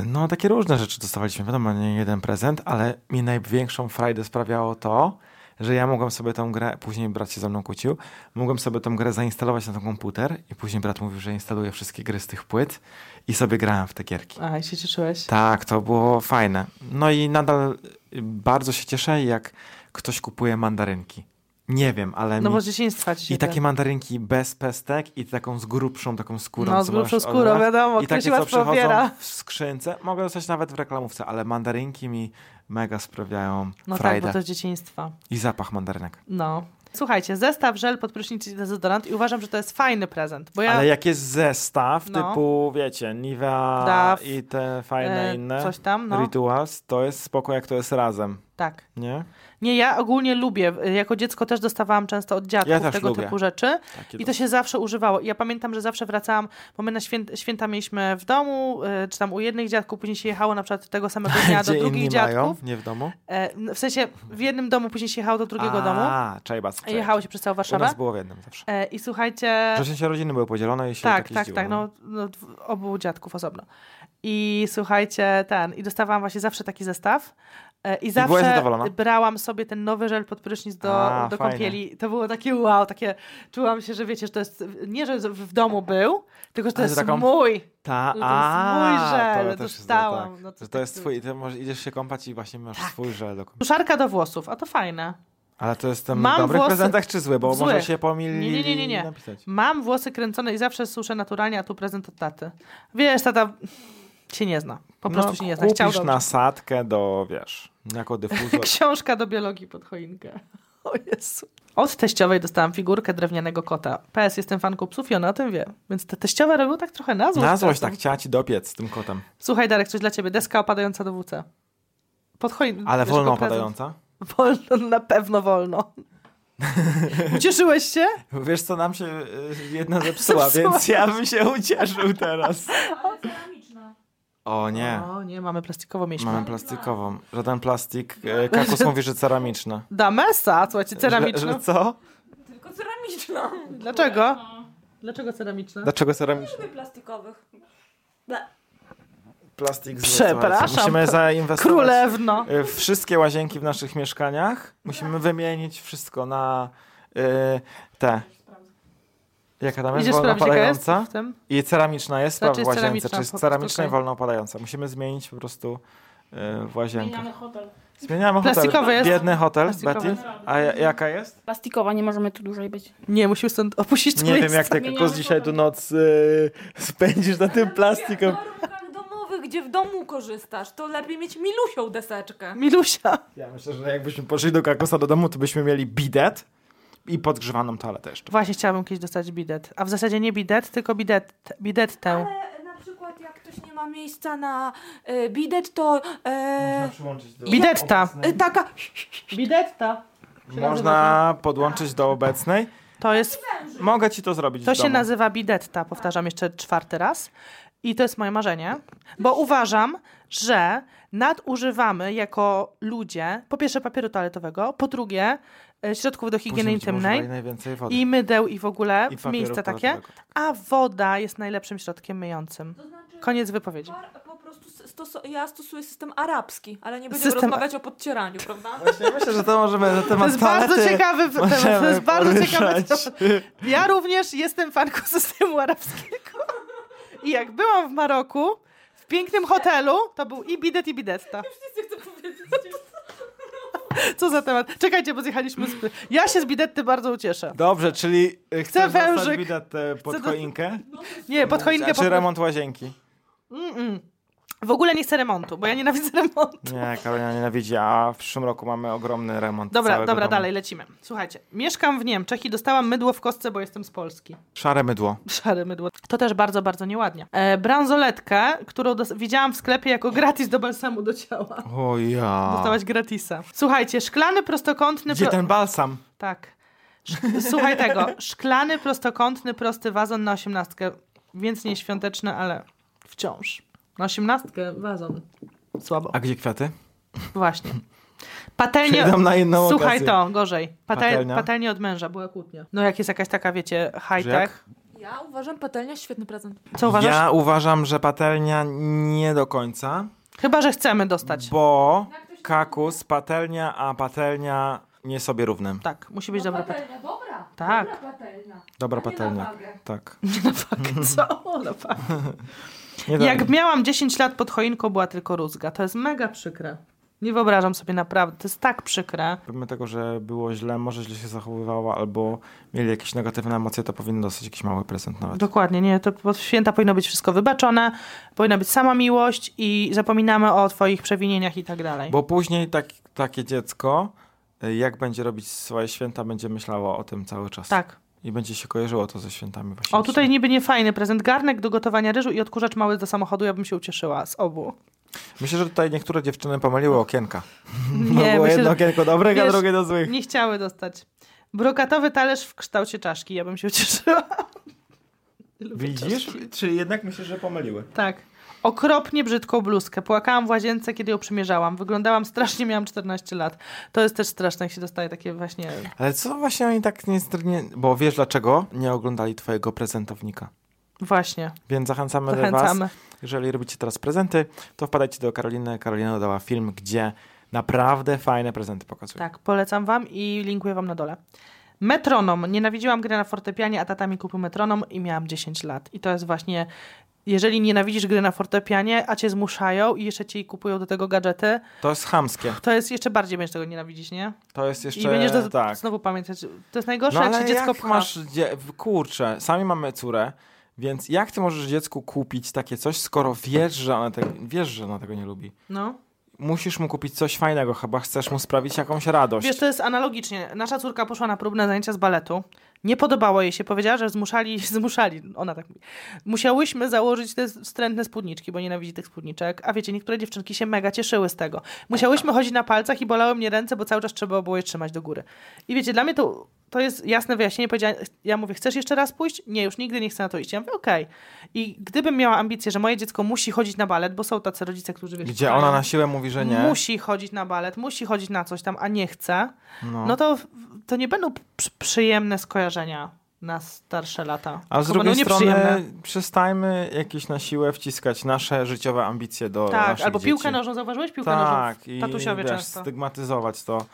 A: No, takie różne rzeczy dostawaliśmy. Wiadomo, nie jeden prezent, ale mi największą frajdę sprawiało to, że ja mogłem sobie tą grę, później brat się ze mną kłócił, mogłem sobie tą grę zainstalować na ten komputer i później brat mówił, że instaluje wszystkie gry z tych płyt i sobie grałem w te gierki.
B: A, i się cieszyłeś.
A: Tak, to było fajne. No i nadal y, bardzo się cieszę, jak ktoś kupuje mandarynki. Nie wiem, ale
B: No
A: mi...
B: bo tak. z dzieciństwa ci się
A: I takie mandarynki bez pestek i taką z grubszą taką skórą.
B: No,
A: co
B: z grubszą
A: możesz
B: skórą,
A: oderwać.
B: wiadomo,
A: I
B: ktoś
A: takie, co
B: łatwo
A: przychodzą
B: obiera.
A: w skrzynce. Mogę dostać nawet w reklamówce, ale mandarynki mi mega sprawiają
B: No tak,
A: frajdę.
B: bo to z dzieciństwa.
A: I zapach mandarynek.
B: No. Słuchajcie, zestaw, żel, podprysznic i dezodorant i uważam, że to jest fajny prezent, bo ja...
A: Ale jak jest zestaw
B: No.
A: typu, wiecie, Nivea
B: Daf,
A: i te fajne
B: e,
A: inne
B: Coś tam, no.
A: Rituals, to jest spoko, jak to jest razem,
B: Tak.
A: nie?
B: Nie, ja ogólnie lubię. Jako dziecko też dostawałam często od dziadków
A: Ja też
B: tego
A: lubię.
B: typu rzeczy.
A: Takie
B: I to się zawsze używało. I ja pamiętam, że zawsze wracałam, bo my na święta, święta mieliśmy w domu, y, czy tam u jednych dziadków, później się jechało na przykład tego samego dnia do
A: Gdzie inni
B: drugich
A: mają,
B: dziadków.
A: nie w domu?
B: E, n- W sensie w jednym domu, później się jechało do drugiego
A: A,
B: domu.
A: czajbas, czajbas.
B: Jechało się przez całą
A: U
B: Warszawę.
A: nas było w jednym zawsze.
B: E, I słuchajcie...
A: Że się rodziny były podzielone i się
B: Tak,
A: tak
B: tak,
A: jeździło,
B: tak. No, no, dw- obu dziadków osobno. I słuchajcie, ten. I dostawałam właśnie zawsze taki zestaw. E, I
A: byłaś
B: zawsze
A: zadowolona?
B: brałam sobie ten nowy żel pod prysznic do,
A: A,
B: do
A: fajnie.
B: kąpieli. To było takie wow, takie czułam się, że wiecie, że to jest, nie że w w domu był, tylko że to
A: Ale
B: jest
A: że taką-
B: mój.
A: Ta,
B: No to
A: a,
B: jest mój żel,
A: też jest
B: dostałam,
A: dobre,
B: no
A: tak.
B: to
A: Że to
B: tak
A: jest
B: było.
A: twój, to może idziesz się kąpać i właśnie masz swój żel. Do... kąp-
B: Suszarka do włosów, a to fajne.
A: Ale to jest ten
B: Mam
A: dobrych
B: włosy-
A: prezentach czy zły, bo
B: Zły.
A: może się pomylili
B: Nie, nie, nie, nie, nie.
A: napisać.
B: Mam włosy kręcone i zawsze suszę naturalnie, a tu prezent od taty. Wiesz, tata się nie zna. Po prostu
A: No,
B: się nie zna. Chciał
A: kupisz
B: dobrze.
A: nasadkę do, wiesz, jako dyfuzor.
B: Książka do biologii pod choinkę. O Jezu. Od teściowej dostałam figurkę drewnianego kota. PS, jestem fanką psów i ona o tym wie. Więc te teściowe robią tak trochę na złość.
A: Na złość tak
B: czasem.
A: chciała ci dopiec z tym kotem.
B: Słuchaj, Darek, coś dla ciebie. Deska opadająca do WC. Pod choinkę.
A: Ale
B: wiesz,
A: wolno
B: pod prezent.
A: opadająca?
B: Wolno, na pewno wolno. Ucieszyłeś się?
A: Wiesz co, nam się y, jedna zepsuła,
B: Zepsuła.
A: więc ja bym się ucieszył teraz.
C: Ale ceramiczna.
A: O nie,
B: O nie, mamy plastikowo mieliśmy.
A: mamy plastikową. Żaden plastik. y, Kakus mówi, że ceramiczna.
B: Damesa,
A: Że,
B: słuchajcie, ceramiczna.
A: że co?
C: Tylko ceramiczna.
B: Dlaczego?
C: No.
B: Dlaczego ceramiczna?
A: Dlaczego ceramiczna?
C: Lubię plastikowych. Ble.
A: Plastik zły,
B: Przepraszam.
A: słuchajcie. Musimy zainwestować.
B: Królewno.
A: Y, Wszystkie łazienki w naszych mieszkaniach musimy wymienić wszystko na y, te. Jaka tam jest
B: Idziesz
A: wolno
B: sprawdzić, jaka jest
A: padająca?
B: w tym?
A: I ceramiczna jest
B: Znaczy
A: w
B: jest
A: łazience,
B: ceramiczna,
A: czy jest
B: po
A: ceramiczna
B: prostu,
A: i
B: okej.
A: wolno opadająca. Musimy zmienić po prostu y, w łazienkach.
C: Zmieniamy hotel.
A: Zmieniamy hotel.
B: Plastikowy jest.
A: Biedny hotel,
B: Plastikowy.
A: Betty. A ja- jaka jest?
D: Plastikowa, nie możemy tu dłużej być.
B: Nie, musimy stąd opuścić to
A: Nie wiem,
B: miejsce.
A: jak ty
C: Zmieniamy
A: Kakos dzisiaj
C: hotel.
A: do nocy y, spędzisz na tym plastikiem.
E: W warunkach domowych, gdzie w domu korzystasz, to lepiej mieć milusią deseczkę.
B: Milusia.
A: Ja myślę, że jakbyśmy poszli do Kakosa do domu, to byśmy mieli bidet i podgrzewaną toaletę jeszcze.
B: Właśnie chciałabym kiedyś dostać bidet. A w zasadzie nie bidet, tylko bidet, bidetę.
E: Ale E, na przykład jak ktoś nie ma miejsca na y, bidet, to e,
B: Bidetta.
E: y, taka
B: Bidetta.
A: Można podłączyć do obecnej.
B: To jest
A: Mogę ci to zrobić.
B: To
A: w
B: się
A: domu.
B: nazywa bidetta, powtarzam jeszcze czwarty raz. I to jest moje marzenie, bo uważam, że nadużywamy jako ludzie, po pierwsze papieru toaletowego, po drugie e, środków do higieny
A: Później będziemy
B: intymnej
A: używali najwięcej wody.
B: i mydeł i w ogóle
A: I
B: w
A: papieru
B: miejsca takie,
A: toaletowego.
B: a woda jest najlepszym środkiem myjącym.
E: To znaczy,
B: Koniec wypowiedzi.
E: par- po prostu stos- ja stosuję system arabski, ale nie będziemy
B: System-
E: rozmawiać o podcieraniu, prawda?
A: Właśnie myślę, że to możemy na temat
B: To jest bardzo
A: toalety
B: ciekawy temat. To
A: możemy
B: jest bardzo ciekawy
A: poruszać.
B: temat. Ja również jestem fanką systemu arabskiego. I jak byłam w Maroku, w pięknym hotelu, to był i bidet, i bidetta.
E: Wszyscy chcą powiedzieć.
B: Co za temat? Czekajcie, bo zjechaliśmy z... Ja się z bidetty bardzo ucieszę.
A: Dobrze, czyli y, chcesz dostać
B: wężyk.
A: bidet y, pod
B: Chcę do-
A: choinkę?
B: Nie, pod choinkę...
A: A
B: Pod...
A: czy remont łazienki?
B: Mm-mm. W ogóle nie chcę remontu, bo ja nienawidzę remontu.
A: Nie, Karolina nienawidzi, a w przyszłym roku mamy ogromny remont
B: Dobra,
A: całego
B: dobra,
A: domu.
B: dalej, lecimy. Słuchajcie, mieszkam w Niemczech i dostałam mydło w kostce, bo jestem z Polski.
A: Szare mydło.
B: Szare mydło. To też bardzo, bardzo nieładnie. E, bransoletkę, którą dos- widziałam w sklepie jako gratis do balsamu do ciała.
A: O ja.
B: Dostałaś gratisa. Słuchajcie, szklany prostokątny...
A: Gdzie
B: pro-
A: ten balsam?
B: Tak. Sz- Słuchaj tego. Szklany, prostokątny, prosty wazon na osiemnastkę. Więc nie świąteczny, ale wciąż. Na osiemnastkę wazon. Słabo.
A: A gdzie kwiaty?
B: Właśnie. Patelnie...
A: Przyjdą na jedną
B: Słuchaj
A: okazję.
B: to, gorzej. Patel...
A: Patelnia?
B: Patelnie od męża, była kłótnia. No jak jest jakaś taka, wiecie, high-tech.
A: jak?
E: Ja uważam patelnia świetny prezent.
B: Co uważasz?
A: Ja uważam, że patelnia nie do końca,
B: Chyba, że chcemy dostać.
A: bo kakus, patelnia, a patelnia nie sobie równym.
B: Tak, musi być
E: No
B: dobra. patelnia.
C: dobra.
B: Tak.
C: Dobra patelnia.
A: Dobra
C: A nie na
A: patelnia.
C: wagę.
A: Tak.
B: Nie na fakt, co? No Na fakt.
A: Nie do...
B: Jak miałam 10 lat pod choinką, była tylko rózga. To jest mega przykre. Nie wyobrażam sobie naprawdę. To jest tak przykre.
A: Pomimo tego, że było źle, może źle się zachowywała, albo mieli jakieś negatywne emocje, to powinno dostać jakiś mały prezent nawet.
B: Dokładnie, nie, to pod święta powinno być wszystko wybaczone, powinna być sama miłość i zapominamy o twoich przewinieniach i tak dalej.
A: Bo później tak, takie dziecko, y, jak będzie robić swoje święta, będzie myślało o tym cały czas.
B: Tak.
A: I będzie się kojarzyło to ze świętami właśnie.
B: O, tutaj niby nie fajny prezent. Garnek do gotowania ryżu i odkurzacz mały do samochodu, ja bym się ucieszyła z obu.
A: Myślę, że tutaj niektóre dziewczyny pomyliły okienka. Nie,
B: myślę,
A: No, było jedno
B: że
A: okienko dobrych, a
B: wiesz,
A: drugie do złych.
B: nie chciały dostać. Brokatowy talerz w kształcie czaszki, ja bym się ucieszyła. Lubię
A: Widzisz?
B: czaszki.
A: Czyli jednak myślę, że pomyliły.
B: Tak. Okropnie brzydką bluzkę. Płakałam w łazience, kiedy ją przymierzałam. Wyglądałam strasznie, miałam 14 lat. To jest też straszne, jak się dostaje takie właśnie...
A: Ale co właśnie oni tak nie, nie... Bo wiesz dlaczego nie oglądali twojego prezentownika.
B: Właśnie,
A: Więc zachęcamy, do was.
B: zachęcamy.
A: Jeżeli robicie teraz prezenty, to wpadajcie do Karoliny. Karolina dodała film, gdzie Naprawdę fajne prezenty pokazuje.
B: Tak, polecam wam i linkuję wam na dole. Metronom. Nienawidziłam gry na fortepianie, a tata mi kupił metronom i miałam 10 lat. I to jest właśnie, jeżeli nienawidzisz gry na fortepianie, a cię zmuszają i jeszcze ci kupują do tego gadżety,
A: To jest chamskie.
B: to jest jeszcze bardziej będziesz tego nienawidzić, nie?
A: To jest jeszcze...
B: I będziesz do,
A: tak.
B: znowu pamiętać. To jest najgorsze,
A: No
B: jak
A: ale
B: się dziecko
A: jak
B: pcha.
A: masz... Dzie- w- kurczę, sami mamy córę, więc jak ty możesz dziecku kupić takie coś, skoro wiesz, że ona, te- wiesz, że ona tego nie lubi?
B: No.
A: Musisz mu kupić coś fajnego, chyba chcesz mu sprawić jakąś radość.
B: Wiesz, to jest analogicznie. Nasza córka poszła na próbne zajęcia z baletu. Nie podobało jej się. Powiedziała, że zmuszali, zmuszali, ona tak mówi. Musiałyśmy założyć te wstrętne spódniczki, bo nienawidzi tych spódniczek. A wiecie, niektóre dziewczynki się mega cieszyły z tego. Musiałyśmy chodzić na palcach i bolały mnie ręce, bo cały czas trzeba było je trzymać do góry. I wiecie, dla mnie to, to jest jasne wyjaśnienie. Powiedziała, ja mówię, chcesz jeszcze raz pójść? Nie, już nigdy nie chcę na to iść. Ja mówię, okej. I gdybym miała ambicje, że moje dziecko musi chodzić na balet, bo są tacy rodzice, którzy wiecie,
A: Gdzie
B: pchają
A: ona na siłę mówi, że nie.
B: musi chodzić na balet, musi chodzić na coś tam, a nie chce,
A: No.
B: no, to, to nie będą przy- przyjemne skojarzenia na starsze lata.
A: A z
B: Tylko będą
A: drugiej
B: nieprzyjemne.
A: strony przestajmy jakieś na siłę wciskać nasze życiowe ambicje do
B: Tak,
A: naszych
B: albo
A: dzieci.
B: piłkę nożą, zauważyłeś piłkę
A: tak,
B: nożą?
A: i
B: w- Tatusiowie
A: wiesz,
B: często.
A: stygmatyzować to.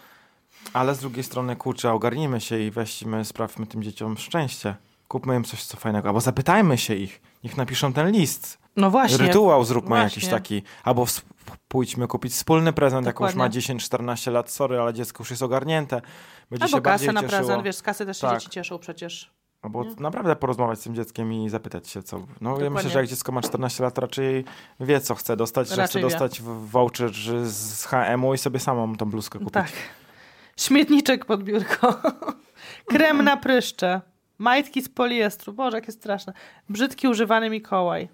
A: Ale z drugiej strony, kurczę, ogarnijmy się i weźmy, sprawmy tym dzieciom szczęście. Kupmy im coś co fajnego, albo zapytajmy się ich. Niech napiszą ten list.
B: No właśnie.
A: Rytuał zróbmy
B: Właśnie.
A: jakiś taki. Albo ws- pójdźmy kupić wspólny prezent, jak już
B: Dokładnie.
A: ma 10-14 lat, sorry, ale dziecko już jest ogarnięte. Będzie
B: Albo
A: się bardziej
B: kasę na
A: cieszyło.
B: prezent, wiesz, z kasy też się
A: Tak.
B: dzieci cieszą przecież.
A: Albo naprawdę porozmawiać z tym dzieckiem i zapytać się, co. No ja myślę,
B: Dokładnie.
A: że jak dziecko ma 14 lat, raczej wie, co chce dostać, że chce
B: Raczej wie.
A: dostać w- voucher z HM-u i sobie samą tą bluzkę kupić.
B: Tak. Śmietniczek pod biurko. Krem na pryszcze. Majtki z poliestru. Boże, jakie straszne. Brzydki używany Mikołaj.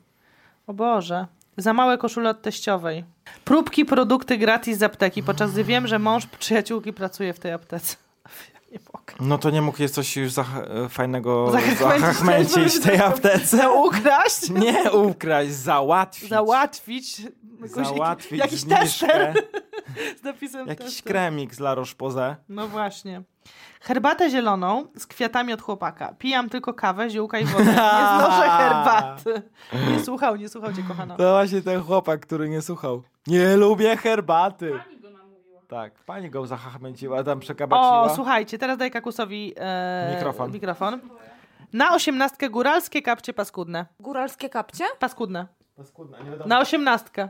B: O Boże. Za małe koszule od teściowej. Próbki, produkty gratis z apteki, podczas gdy wiem, że mąż przyjaciółki pracuje w tej aptece. Ja nie mogę.
A: No to nie mógł jest coś już za, e, fajnego
B: Zachachmęcić.
A: zachachmęcić w tej aptece.
B: Ukraść?
A: Nie ukraść, załatwić.
B: Załatwić. Jakąś-
A: Załatwić
B: Jakiś
A: zniżkę,
B: tester z napisem
A: Jakiś
B: tester.
A: kremik z La Roche-Posay.
B: No właśnie. Herbatę zieloną z kwiatami od chłopaka. Pijam tylko kawę, ziółka i wodę. Nie znoszę herbaty. Nie słuchał, nie słuchał cię, kochana.
A: To właśnie ten chłopak, który nie słuchał. Nie lubię herbaty.
C: Pani go namówiła.
A: Tak, pani go zachachmęciła, tam przekabaciła.
B: O, słuchajcie, teraz daj Kakusowi e,
A: Mikrofon.
B: mikrofon. Na osiemnastkę góralskie kapcie paskudne.
E: Góralskie kapcie?
B: Paskudne.
A: Paskudna, nie wiadomo.
B: Na osiemnastkę.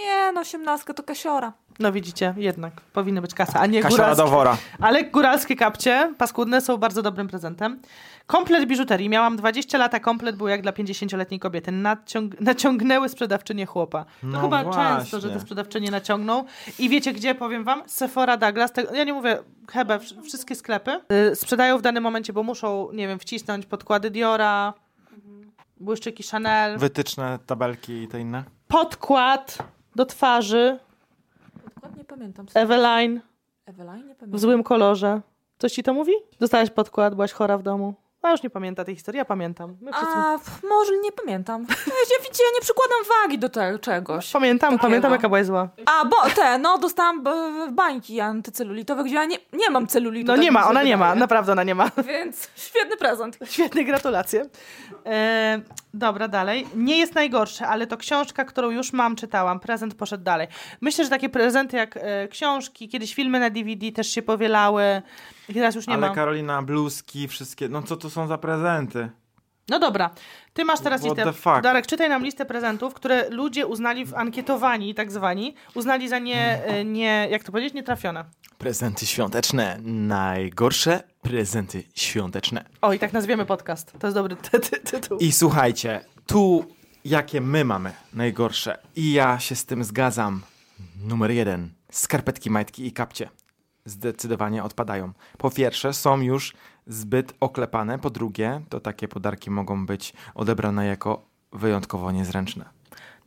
E: Nie, no osiemnastkę to kasiora.
B: No widzicie, jednak powinny być kasa, a nie
A: Kasia
B: góralskie.
A: Radowora.
B: Ale góralskie kapcie, paskudne, są bardzo dobrym prezentem. Komplet biżuterii. Miałam 20 lat, a komplet był jak dla 50-letniej kobiety. Naciąg- naciągnęły sprzedawczynie chłopa. To
A: No
B: chyba
A: właśnie.
B: często, że te sprzedawczynie naciągną. I wiecie gdzie, powiem wam? Sephora, Douglas, te, ja nie mówię Hebe, wsz- wszystkie sklepy y, sprzedają w danym momencie, bo muszą, nie wiem, wcisnąć podkłady Diora, błyszczyki Chanel,
A: Wytyczne, tabelki i te inne.
B: podkład do twarzy
E: Dokładnie pamiętam.
B: Eveline
E: Ewelaj, nie
B: w
E: pamiętam.
B: złym kolorze. Coś ci to mówi? Dostałaś podkład, byłaś chora w domu. A już nie pamięta tej historii, ja pamiętam. My wszyscy...
E: A, f- może nie pamiętam. Ja widzicie, ja nie przykładam wagi do tego czegoś.
B: Pamiętam, pamiętam
E: no.
B: jaka była zła.
E: A, bo te, no dostałam b- bańki antycelulitowe, gdzie ja nie, nie mam celulitu.
B: No
E: tak
B: nie
E: mi
B: ma,
E: się
B: ona nie ma,
E: wydaje.
B: naprawdę ona nie ma.
E: Więc świetny prezent.
B: Świetne gratulacje. E, dobra, dalej. Nie jest najgorsze, ale to książka, którą już mam, czytałam. Prezent poszedł dalej. Myślę, że takie prezenty jak e, książki, kiedyś filmy na DVD też się powielały. I Teraz już nie
A: Ale
B: ma.
A: Karolina, bluzki, wszystkie. No co to są za prezenty?
B: No dobra, ty masz teraz
A: What
B: listę.
A: the fuck?
B: Darek, czytaj nam listę prezentów, które ludzie uznali w ankietowani, tak zwani, uznali za nie,
A: Mm.
B: e, nie jak to powiedzieć, nietrafione.
A: Prezenty świąteczne. Najgorsze prezenty świąteczne.
B: O, i tak nazwiemy podcast. To jest dobry ty- ty- tytuł.
A: I słuchajcie, tu jakie my mamy najgorsze. I ja się z tym zgadzam. Numer jeden. Skarpetki, majtki i kapcie. Zdecydowanie odpadają. Po pierwsze, są już zbyt oklepane. Po drugie, to takie podarki mogą być odebrane jako wyjątkowo niezręczne.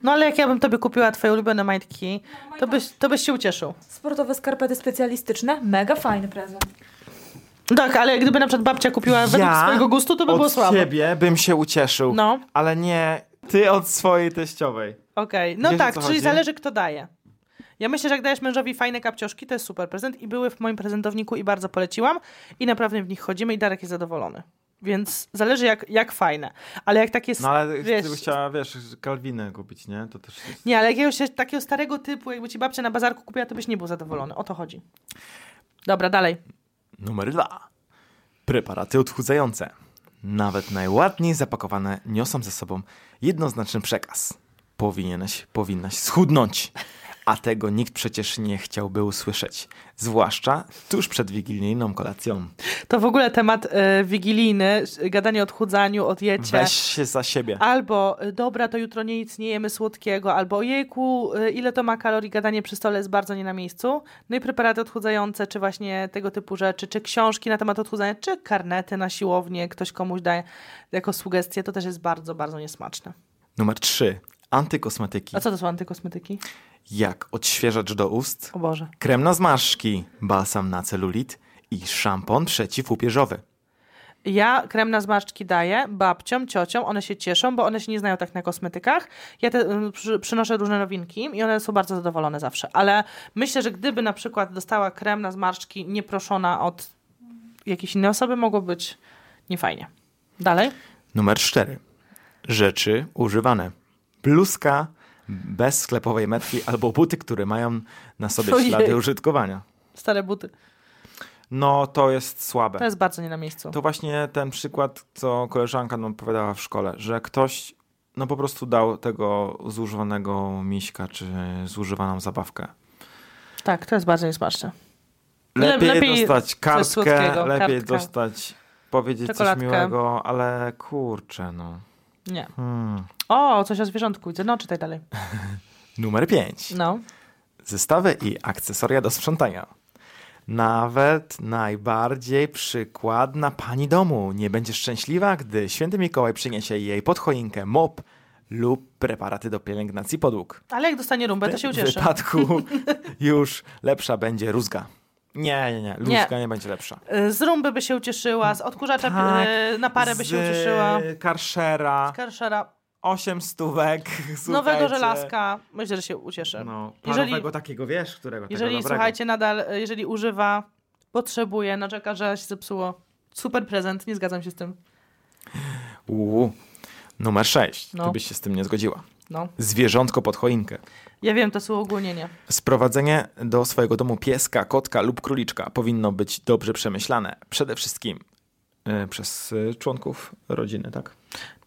B: No ale jak ja bym tobie kupiła twoje ulubione majtki, to byś, to byś się ucieszył.
E: Sportowe skarpety specjalistyczne, mega fajny prezent.
B: Tak, ale gdyby na przykład babcia kupiła według swojego gustu, to by było
A: od
B: słabe.
A: siebie bym się ucieszył,
B: No.
A: ale nie ty od swojej teściowej.
B: Okej, no
A: Wiesz, o
B: tak,
A: co
B: czyli
A: chodzi?
B: zależy kto daje. Ja myślę, że jak dajesz mężowi fajne kapcioszki, to jest super prezent i były w moim prezentowniku i bardzo poleciłam i naprawdę w nich chodzimy i Darek jest zadowolony. Więc zależy jak, jak fajne. Ale jak takie... s-
A: No ale
B: wiesz,
A: gdybyś chciała, wiesz, Kalwinę kupić, nie? To też jest...
B: Nie, ale jakiegoś takiego starego typu, jakby ci babcia na bazarku kupiła, to byś nie był zadowolony. O to chodzi. Dobra, dalej.
A: Numer dwa. Preparaty odchudzające. Nawet najładniej zapakowane niosą ze sobą jednoznaczny przekaz. Powinieneś, powinnaś schudnąć. A tego nikt przecież nie chciałby usłyszeć. Zwłaszcza tuż przed wigilijną kolacją.
B: To w ogóle temat y, wigilijny, y, gadanie o odchudzaniu, o diecie.
A: Weź się za siebie.
B: Albo y, dobra, to jutro nic, nie jemy słodkiego, albo ojejku, y, ile to ma kalorii, gadanie przy stole jest bardzo nie na miejscu. No i preparaty odchudzające, czy właśnie tego typu rzeczy, czy książki na temat odchudzania, czy karnety na siłownię, ktoś komuś daje jako sugestie, to też jest bardzo, bardzo niesmaczne.
A: Numer trzy. Antykosmetyki.
B: A co to są antykosmetyki?
A: Jak odświeżacz do ust,
B: O Boże.
A: krem na zmarszki, balsam na celulit i szampon przeciwupierzowy.
B: Ja krem na zmarszczki daję babciom, ciociom, one się cieszą, bo one się nie znają tak na kosmetykach. Ja te, y, przy, przynoszę różne nowinki i one są bardzo zadowolone zawsze. Ale myślę, że gdyby na przykład dostała krem na zmarszczki nieproszona od jakiejś innej osoby, mogło być niefajnie. Dalej.
A: Numer 4. Rzeczy używane. Bluzka bez sklepowej metki albo buty, które mają na sobie
B: Ojej.
A: ślady użytkowania.
B: Stare buty.
A: No to jest słabe.
B: To jest bardzo nie na miejscu.
A: To właśnie ten przykład, co koleżanka nam opowiadała w szkole, że ktoś no po prostu dał tego zużywanego miśka czy zużywaną zabawkę.
B: Tak, to jest bardzo niesmaczne. Le-
A: Lepiej,
B: lepiej
A: dostać kartkę,
B: słodkiego,
A: lepiej
B: kartka.
A: dostać powiedzieć
B: Czekoladkę.
A: coś miłego, ale kurczę no.
B: Nie.
A: Hmm.
B: O, coś o zwierzątku. widzę. No, czytaj dalej.
A: Numer 5.
B: No.
A: zestawy i akcesoria do sprzątania. Nawet najbardziej przykładna pani domu nie będzie szczęśliwa, gdy święty Mikołaj przyniesie jej pod choinkę mop lub preparaty do pielęgnacji podłóg.
B: Ale jak dostanie rumbę, No to się
A: W
B: ucieszy.
A: wypadku już lepsza będzie rózga. Nie, nie, nie, rózga nie, będzie lepsza.
B: Y, Z rumby by się ucieszyła, z odkurzacza
A: Tak,
B: y, na parę by się
A: Z
B: ucieszyła.
A: Karszera,
B: Karszera,
A: 8 stówek. słuchajcie.
B: nowego żelazka. Myślę, że się ucieszy.
A: No,
B: Jeżeli-
A: parowego takiego, wiesz, którego
B: jeżeli,
A: tego dobrego.
B: słuchajcie, nadal, e, jeżeli używa, potrzebuje, narzeka, że się zepsuło. Super prezent, nie zgadzam się z tym.
A: Uuu. Numer 6.
B: No.
A: Ty byś się z tym nie zgodziła.
B: No.
A: Zwierzątko pod choinkę.
B: Ja wiem, to są ogólnienia.
A: Sprowadzenie do swojego domu pieska, kotka lub króliczka powinno być dobrze przemyślane. Przede wszystkim e, przez e, członków rodziny, tak?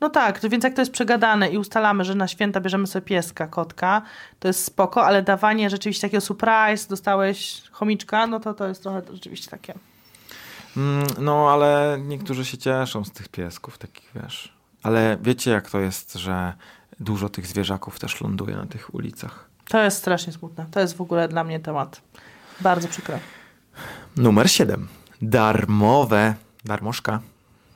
B: No tak, to więc jak to jest przegadane i ustalamy, że na święta bierzemy sobie pieska, kotka, to jest spoko, ale dawanie rzeczywiście takiego surprise, dostałeś chomiczka, no to to jest trochę rzeczywiście takie.
A: Mm, no, ale niektórzy się cieszą z tych piesków, takich wiesz. Ale wiecie, jak to jest, że dużo tych zwierzaków też ląduje na tych ulicach.
B: To jest strasznie smutne. To jest w ogóle dla mnie temat bardzo przykry.
A: Numer 7. Darmowe. Darmożka.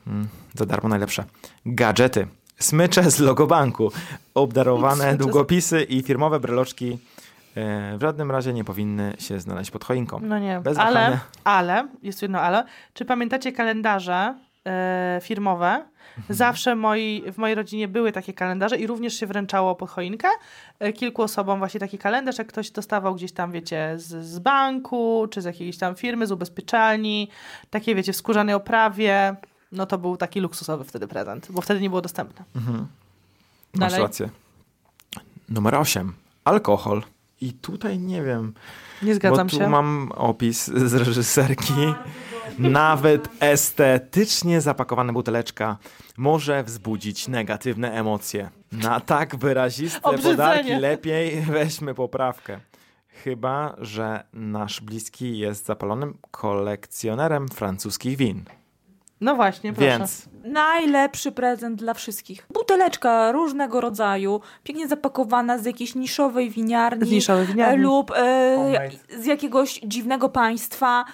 A: Mm, za darmo najlepsze. Gadżety. Smycze z logobanku. Obdarowane
B: Smycze z-
A: długopisy i firmowe breloczki e, w żadnym razie nie powinny się znaleźć pod choinką.
B: No nie,
A: Bez
B: ale,
A: wahania.
B: ale, jest jedno ale. Czy pamiętacie kalendarze e, firmowe?
A: Mhm.
B: Zawsze moi, w mojej rodzinie były takie kalendarze i również się wręczało po choinkę. E, kilku osobom właśnie taki kalendarz, jak ktoś dostawał gdzieś tam, wiecie, z, z banku, czy z jakiejś tam firmy, z ubezpieczalni, takie wiecie, w skórzanej oprawie, no to był taki luksusowy wtedy prezent, bo wtedy nie było dostępne.
A: Masz
B: Dalej.
A: rację. Numer 8. Alkohol. I tutaj nie wiem,
B: Nie zgadzam
A: bo tu
B: się.
A: mam opis z reżyserki. Nawet estetycznie zapakowana buteleczka może wzbudzić negatywne emocje. Na tak wyraziste
B: Obrzydzenie.
A: podarki lepiej weźmy poprawkę. Chyba, że nasz bliski jest zapalonym kolekcjonerem francuskich win.
B: No właśnie, proszę.
A: Więc
E: Najlepszy prezent dla wszystkich. Buteleczka różnego rodzaju, pięknie zapakowana z jakiejś niszowej winiarni.
B: Z niszowej
E: e,
B: winiarni.
E: Lub e,
A: Homemade.
E: z jakiegoś dziwnego państwa,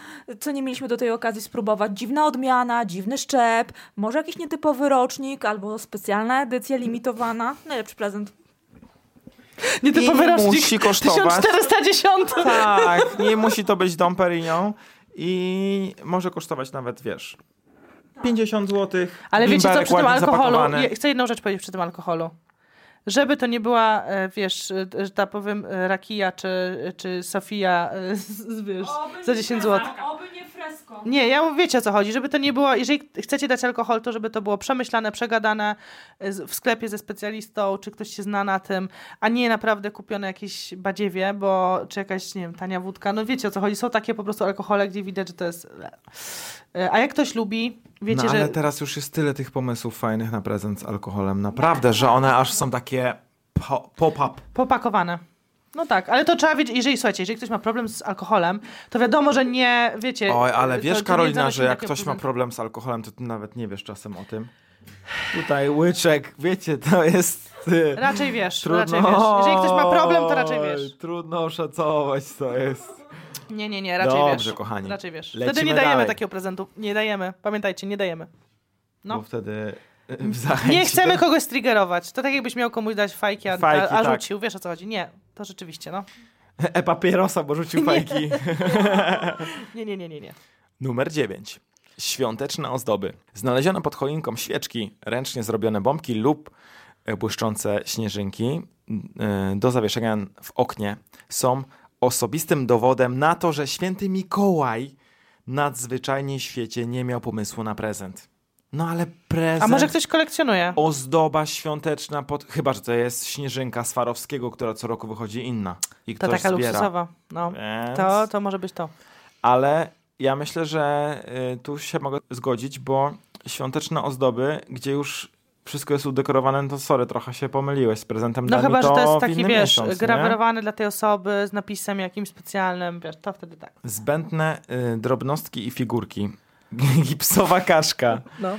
E: co nie mieliśmy do tej okazji spróbować. Dziwna odmiana, dziwny szczep, może jakiś nietypowy rocznik albo specjalna edycja limitowana. Najlepszy prezent.
B: Nietypowy
A: I
B: rocznik
A: musi kosztować.
B: 1410.
A: tak, nie musi to być Dom Perignon i może kosztować nawet, wiesz, 50 zł.
B: Ale wiecie co, przy tym alkoholu,
A: zapakowany.
B: je, chcę jedną rzecz powiedzieć przy tym alkoholu. Żeby to nie była, e, wiesz, e, że tak powiem, e, rakija czy, czy Sofia e, z, z- wiesz, za 10 zł.
C: Oby nie fresa. Fresco.
B: Nie, ja mówię, wiecie o co chodzi, żeby to nie było, jeżeli chcecie dać alkohol, to żeby to było przemyślane, przegadane y, z- w sklepie ze specjalistą, czy ktoś się zna na tym, a nie naprawdę kupione jakieś badziewie, bo, czy jakaś, nie wiem, tania wódka, no wiecie o co chodzi, są takie po prostu alkohole, gdzie widać, że to jest... Y, A jak ktoś lubi, wiecie,
A: no ale
B: że...
A: teraz już jest tyle tych pomysłów fajnych na prezent z alkoholem. Naprawdę, że one aż są takie po- pop-up.
B: Popakowane. No tak, ale to trzeba wiedzieć, jeżeli słuchajcie, jeżeli ktoś ma problem z alkoholem, to wiadomo, że nie, wiecie...
A: Oj,
B: E, to-
A: ale
B: to
A: wiesz
B: nie
A: Karolina,
B: zamyka
A: że jak
B: takiego
A: ktoś ma
B: prezentu.
A: problem z alkoholem, to ty nawet nie wiesz czasem o tym. Tutaj łyczek, wiecie, to jest... y,
B: Raczej wiesz,
A: Trudno.
B: raczej wiesz. Jeżeli ktoś ma problem, to raczej wiesz.
A: Oj, Trudno oszacować, co jest.
B: Nie, nie, nie, raczej wiesz.
A: Dobrze, kochani.
B: Raczej wiesz. Wtedy
A: Lecimy
B: nie dajemy
A: dalej.
B: takiego prezentu. Nie dajemy. Pamiętajcie, nie dajemy. No.
A: Bo wtedy y, w zachęcie...
B: Nie chcemy kogoś striggerować. To tak jakbyś miał komuś dać fajki, a,
A: Fajki,
B: a, a
A: tak.
B: rzucił. Wiesz o co chodzi. Nie, to rzeczywiście, no.
A: E papierosa, bo rzucił fajki.
B: Nie, nie, nie, nie, nie.
A: Numer 9. Świąteczne ozdoby. Znalezione pod choinką świeczki, ręcznie zrobione bombki lub e, błyszczące śnieżynki e, do zawieszenia w oknie są osobistym dowodem na to, że święty Mikołaj nadzwyczajnie w świecie nie miał pomysłu na prezent. No ale prezent...
B: A może ktoś kolekcjonuje?
A: Ozdoba świąteczna pod... Chyba, że to jest śnieżynka Swarowskiego, która co roku wychodzi inna. I
B: To
A: ktoś
B: taka
A: zbiera.
B: luksusowa. No.
A: Więc...
B: To, to może być to.
A: Ale ja myślę, że y, tu się mogę zgodzić, bo świąteczne ozdoby, gdzie już wszystko jest udekorowane, no to sorry, trochę się pomyliłeś z prezentem
B: No
A: dla
B: chyba,
A: mi
B: że
A: to
B: to jest
A: w
B: taki,
A: innym
B: wiesz,
A: miesiąc, nie?
B: grawerowany dla tej osoby z napisem jakimś specjalnym, wiesz, to wtedy tak.
A: Zbędne y, drobnostki i figurki. Gipsowa kaszka,
B: No.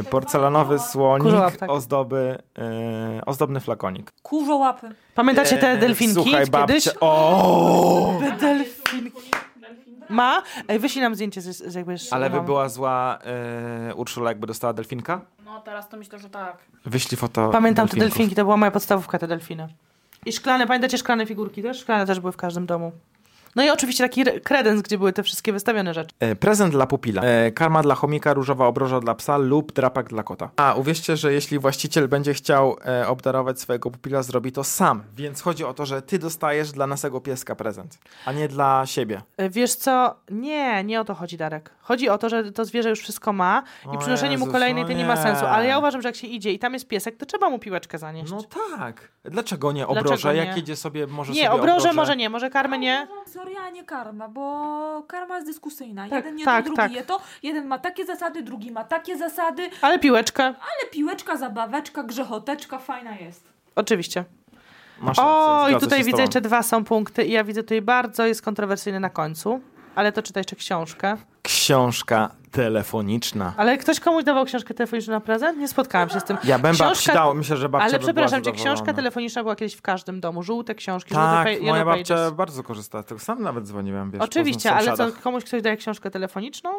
A: y, porcelanowy słonik,
B: Kurzołap, tak.
A: ozdoby, y, ozdobny flakonik.
E: Kurzo łapy.
B: Pamiętacie te
A: E,
B: delfinki
A: Słuchaj,
B: kiedyś?
A: babcia... O!
B: Te delfinki. Ma? Ej, wyślij nam zdjęcie, z, z jakby jeszcze
A: Ale by
B: mam.
A: była zła y, Urszula, jakby dostała delfinka?
D: No teraz to myślę, że tak.
A: Wyślij foto
B: Pamiętam te
A: delfinków.
B: delfinki, to była moja podstawówka, te delfiny. I szklane, pamiętacie szklane figurki też? Szklane też były w każdym domu. No i oczywiście taki re- kredens, gdzie były te wszystkie wystawione rzeczy.
A: E, Prezent dla pupila. E, Karma dla chomika, różowa obroża dla psa lub drapak dla kota. A uwierzcie, że jeśli właściciel będzie chciał e, obdarować swojego pupila, zrobi to sam. Więc chodzi o to, że ty dostajesz dla naszego pieska prezent, a nie dla siebie.
B: E, Wiesz co? Nie, nie o to chodzi, Darek. Chodzi o to, że to zwierzę już wszystko ma i
A: O
B: przynoszenie mu
A: Jezus,
B: kolejnej
A: no
B: to nie.
A: nie.
B: ma sensu. Ale ja uważam, że jak się idzie i tam jest piesek, to trzeba mu piłeczkę zanieść.
A: No tak. Dlaczego nie
B: Dlaczego
A: obroża?
B: nie?
A: Jak idzie sobie, może
B: nie,
A: sobie
B: obroże, może nie, może karmy nie.
E: Sorry, a nie karma, bo karma jest dyskusyjna.
B: Tak,
E: jeden nie
B: tak,
E: to, drugi
B: tak.
E: je to. Jeden ma takie zasady, drugi ma takie zasady.
B: Ale piłeczkę,
E: Ale piłeczka, zabaweczka, grzechoteczka fajna jest.
B: oczywiście.
A: Masz
B: O,
A: rację,
B: i
A: zgadzam się
B: tutaj
A: z
B: widzę
A: tobą.
B: jeszcze dwa są punkty i ja widzę tutaj bardzo jest kontrowersyjny na końcu. Ale to czyta jeszcze książkę.
A: Książka telefoniczna.
B: Ale ktoś komuś dawał książkę telefoniczną na prezent? Nie spotkałam się z tym.
A: Ja bęba
B: Książka-
A: książka... dał, myślę, że babcia
B: Ale
A: by
B: przepraszam cię,
A: była
B: książka
A: zadowolona.
B: telefoniczna była kiedyś w każdym domu. Żółte książki,
A: Tak,
B: żółte pa-
A: moja
B: yellow
A: babcia
B: pages.
A: bardzo korzystała. z tego. Sam nawet dzwoniłem, wiesz,
B: Oczywiście,
A: po
B: ale co,
A: sąsiadach. Mm.
B: komuś ktoś daje książkę telefoniczną?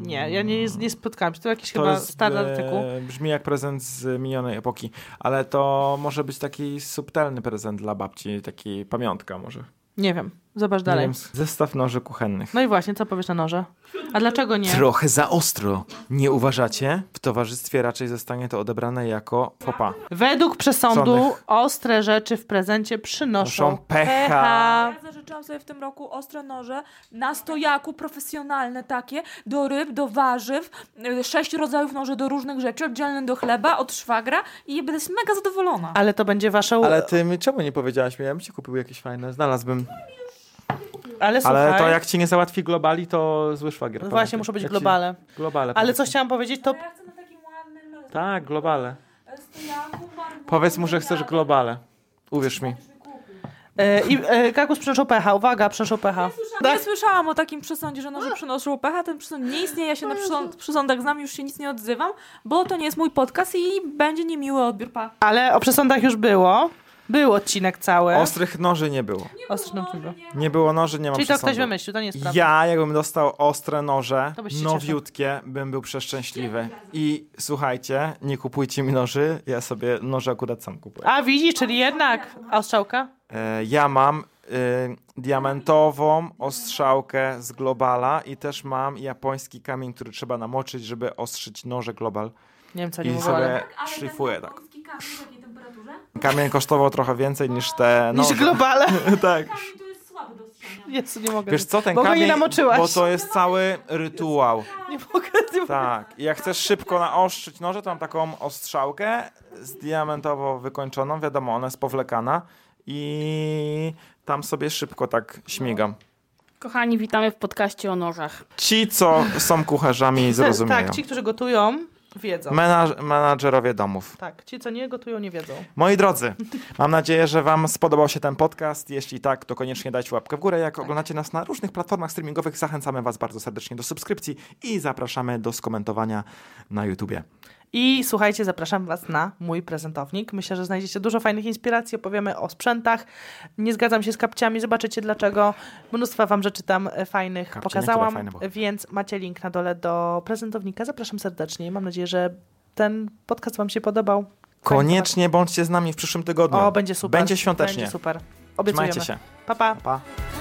B: Nie, ja nie, nie spotkałam się. To jakiś
A: To
B: chyba
A: jest,
B: stary
A: e,
B: artykuł.
A: Brzmi jak prezent z minionej epoki, ale to może być taki subtelny prezent dla babci, taki pamiątka może.
B: Nie wiem, zobacz
A: Nie
B: dalej.
A: wiem, zestaw noży kuchennych.
B: No i właśnie, co powiesz na noże? A dlaczego nie?
A: Trochę za ostro. Nie uważacie? W towarzystwie raczej zostanie to odebrane jako popa.
B: Według przesądu
A: Sądnych.
B: ostre rzeczy w prezencie przynoszą
A: Noszą pecha.
E: Ja zażyczyłam sobie w tym roku ostre noże na stojaku, profesjonalne takie, do ryb, do warzyw, y, sześć rodzajów noży do różnych rzeczy, oddzielne do chleba, od szwagra i będę się mega zadowolona.
B: Ale to będzie wasze... Ale,
A: Ale ty mi czemu nie powiedziałaś mi? Ja bym ci kupił jakieś fajne, znalazłbym.
B: słuchaj...
A: Ale to jak ci nie załatwi globali, to zły szwagier.
B: No
A: pamiętaj.
B: właśnie, muszą być
A: Ja ci-
B: globale.
A: Globale.
B: Ale
A: powiedz.
B: co chciałam powiedzieć, to...
E: Ale ja chcę na takim ładnym y,
A: Tak, globale.
E: e, stojaku, marmurze,
A: Powiedz mu, że chcesz globale. Uwierz mi.
B: E, I e, kakus przynoszą pecha, uwaga, przynoszą pecha.
A: Tak.
E: Nie słyszałam o takim przesądzie, że noże przynoszą pecha. Ten przesąd nie istnieje, ja się na przesąd, przesądach znam, już się nic nie odzywam, bo to nie jest mój podcast i będzie niemiły odbiór. Pa.
B: Ale o przesądach już było. Był odcinek cały.
A: Ostrych noży nie było.
B: Ostrzną czego.
A: Nie było noży, nie mam
B: Czyli to ktoś
A: przesądu.
B: wymyślił, to nie jest prawda.
A: Ja, jakbym dostał ostre noże,
B: To byś się
A: nowiutkie, bym był przeszczęśliwy. I słuchajcie, nie kupujcie mi noży, ja sobie noże akurat sam kupuję.
B: A widzisz, czyli jednak. A ostrzałka?
A: E, ja mam y, diamentową ostrzałkę z Globala i też mam japoński kamień, który trzeba namoczyć, żeby ostrzyć noże Global.
B: Nie wiem, co nie
A: I
B: mówię, ale...
A: sobie szlifuję tak.
E: w jakiej temperaturze?
A: Kamień kosztował trochę więcej niż te noże.
B: Niż globale.
A: tak.
E: To jest słaby do
B: Jezu, nie mogę.
A: Wiesz co, ten
B: Bo go nie
A: kamień,
B: namoczyłaś.
A: bo to jest cały rytuał.
B: Nie mogę, nie mogę.
A: Tak, i jak chcesz szybko naostrzyć noże, to mam taką ostrzałkę z diamentowo wykończoną, wiadomo, ona jest powlekana i tam sobie szybko tak śmigam.
D: Kochani, witamy w podcaście o nożach.
A: Ci, co są kucharzami, zrozumieją.
B: Tak, ci, którzy gotują, wiedzą.
A: Menaż- menadżerowie domów.
B: Tak, ci, co nie gotują, nie wiedzą.
A: Moi drodzy, mam nadzieję, że Wam spodobał się ten podcast. Jeśli tak, to koniecznie dajcie łapkę w górę.
B: Tak.
A: Jak oglądacie nas na różnych platformach streamingowych, zachęcamy Was bardzo serdecznie do subskrypcji i zapraszamy do skomentowania na
B: Tak,
A: YouTubie.
B: I słuchajcie, zapraszam Was na mój prezentownik. Myślę, że znajdziecie dużo fajnych inspiracji, opowiemy o sprzętach. Nie zgadzam się z kapciami, zobaczycie dlaczego. Mnóstwa Wam rzeczy tam e, fajnych
A: Kapcie
B: pokazałam,
A: niektóre fajne były.
B: więc macie link na dole do prezentownika. Zapraszam serdecznie. Mam nadzieję, że ten podcast Wam się podobał. Fajny
A: Koniecznie bądźcie z nami w przyszłym tygodniu.
B: temat. tak. O, będzie super.
A: Będzie świątecznie.
B: Będzie super. Obiecujemy.
A: Trzymajcie się.
B: Pa, pa.
A: Pa.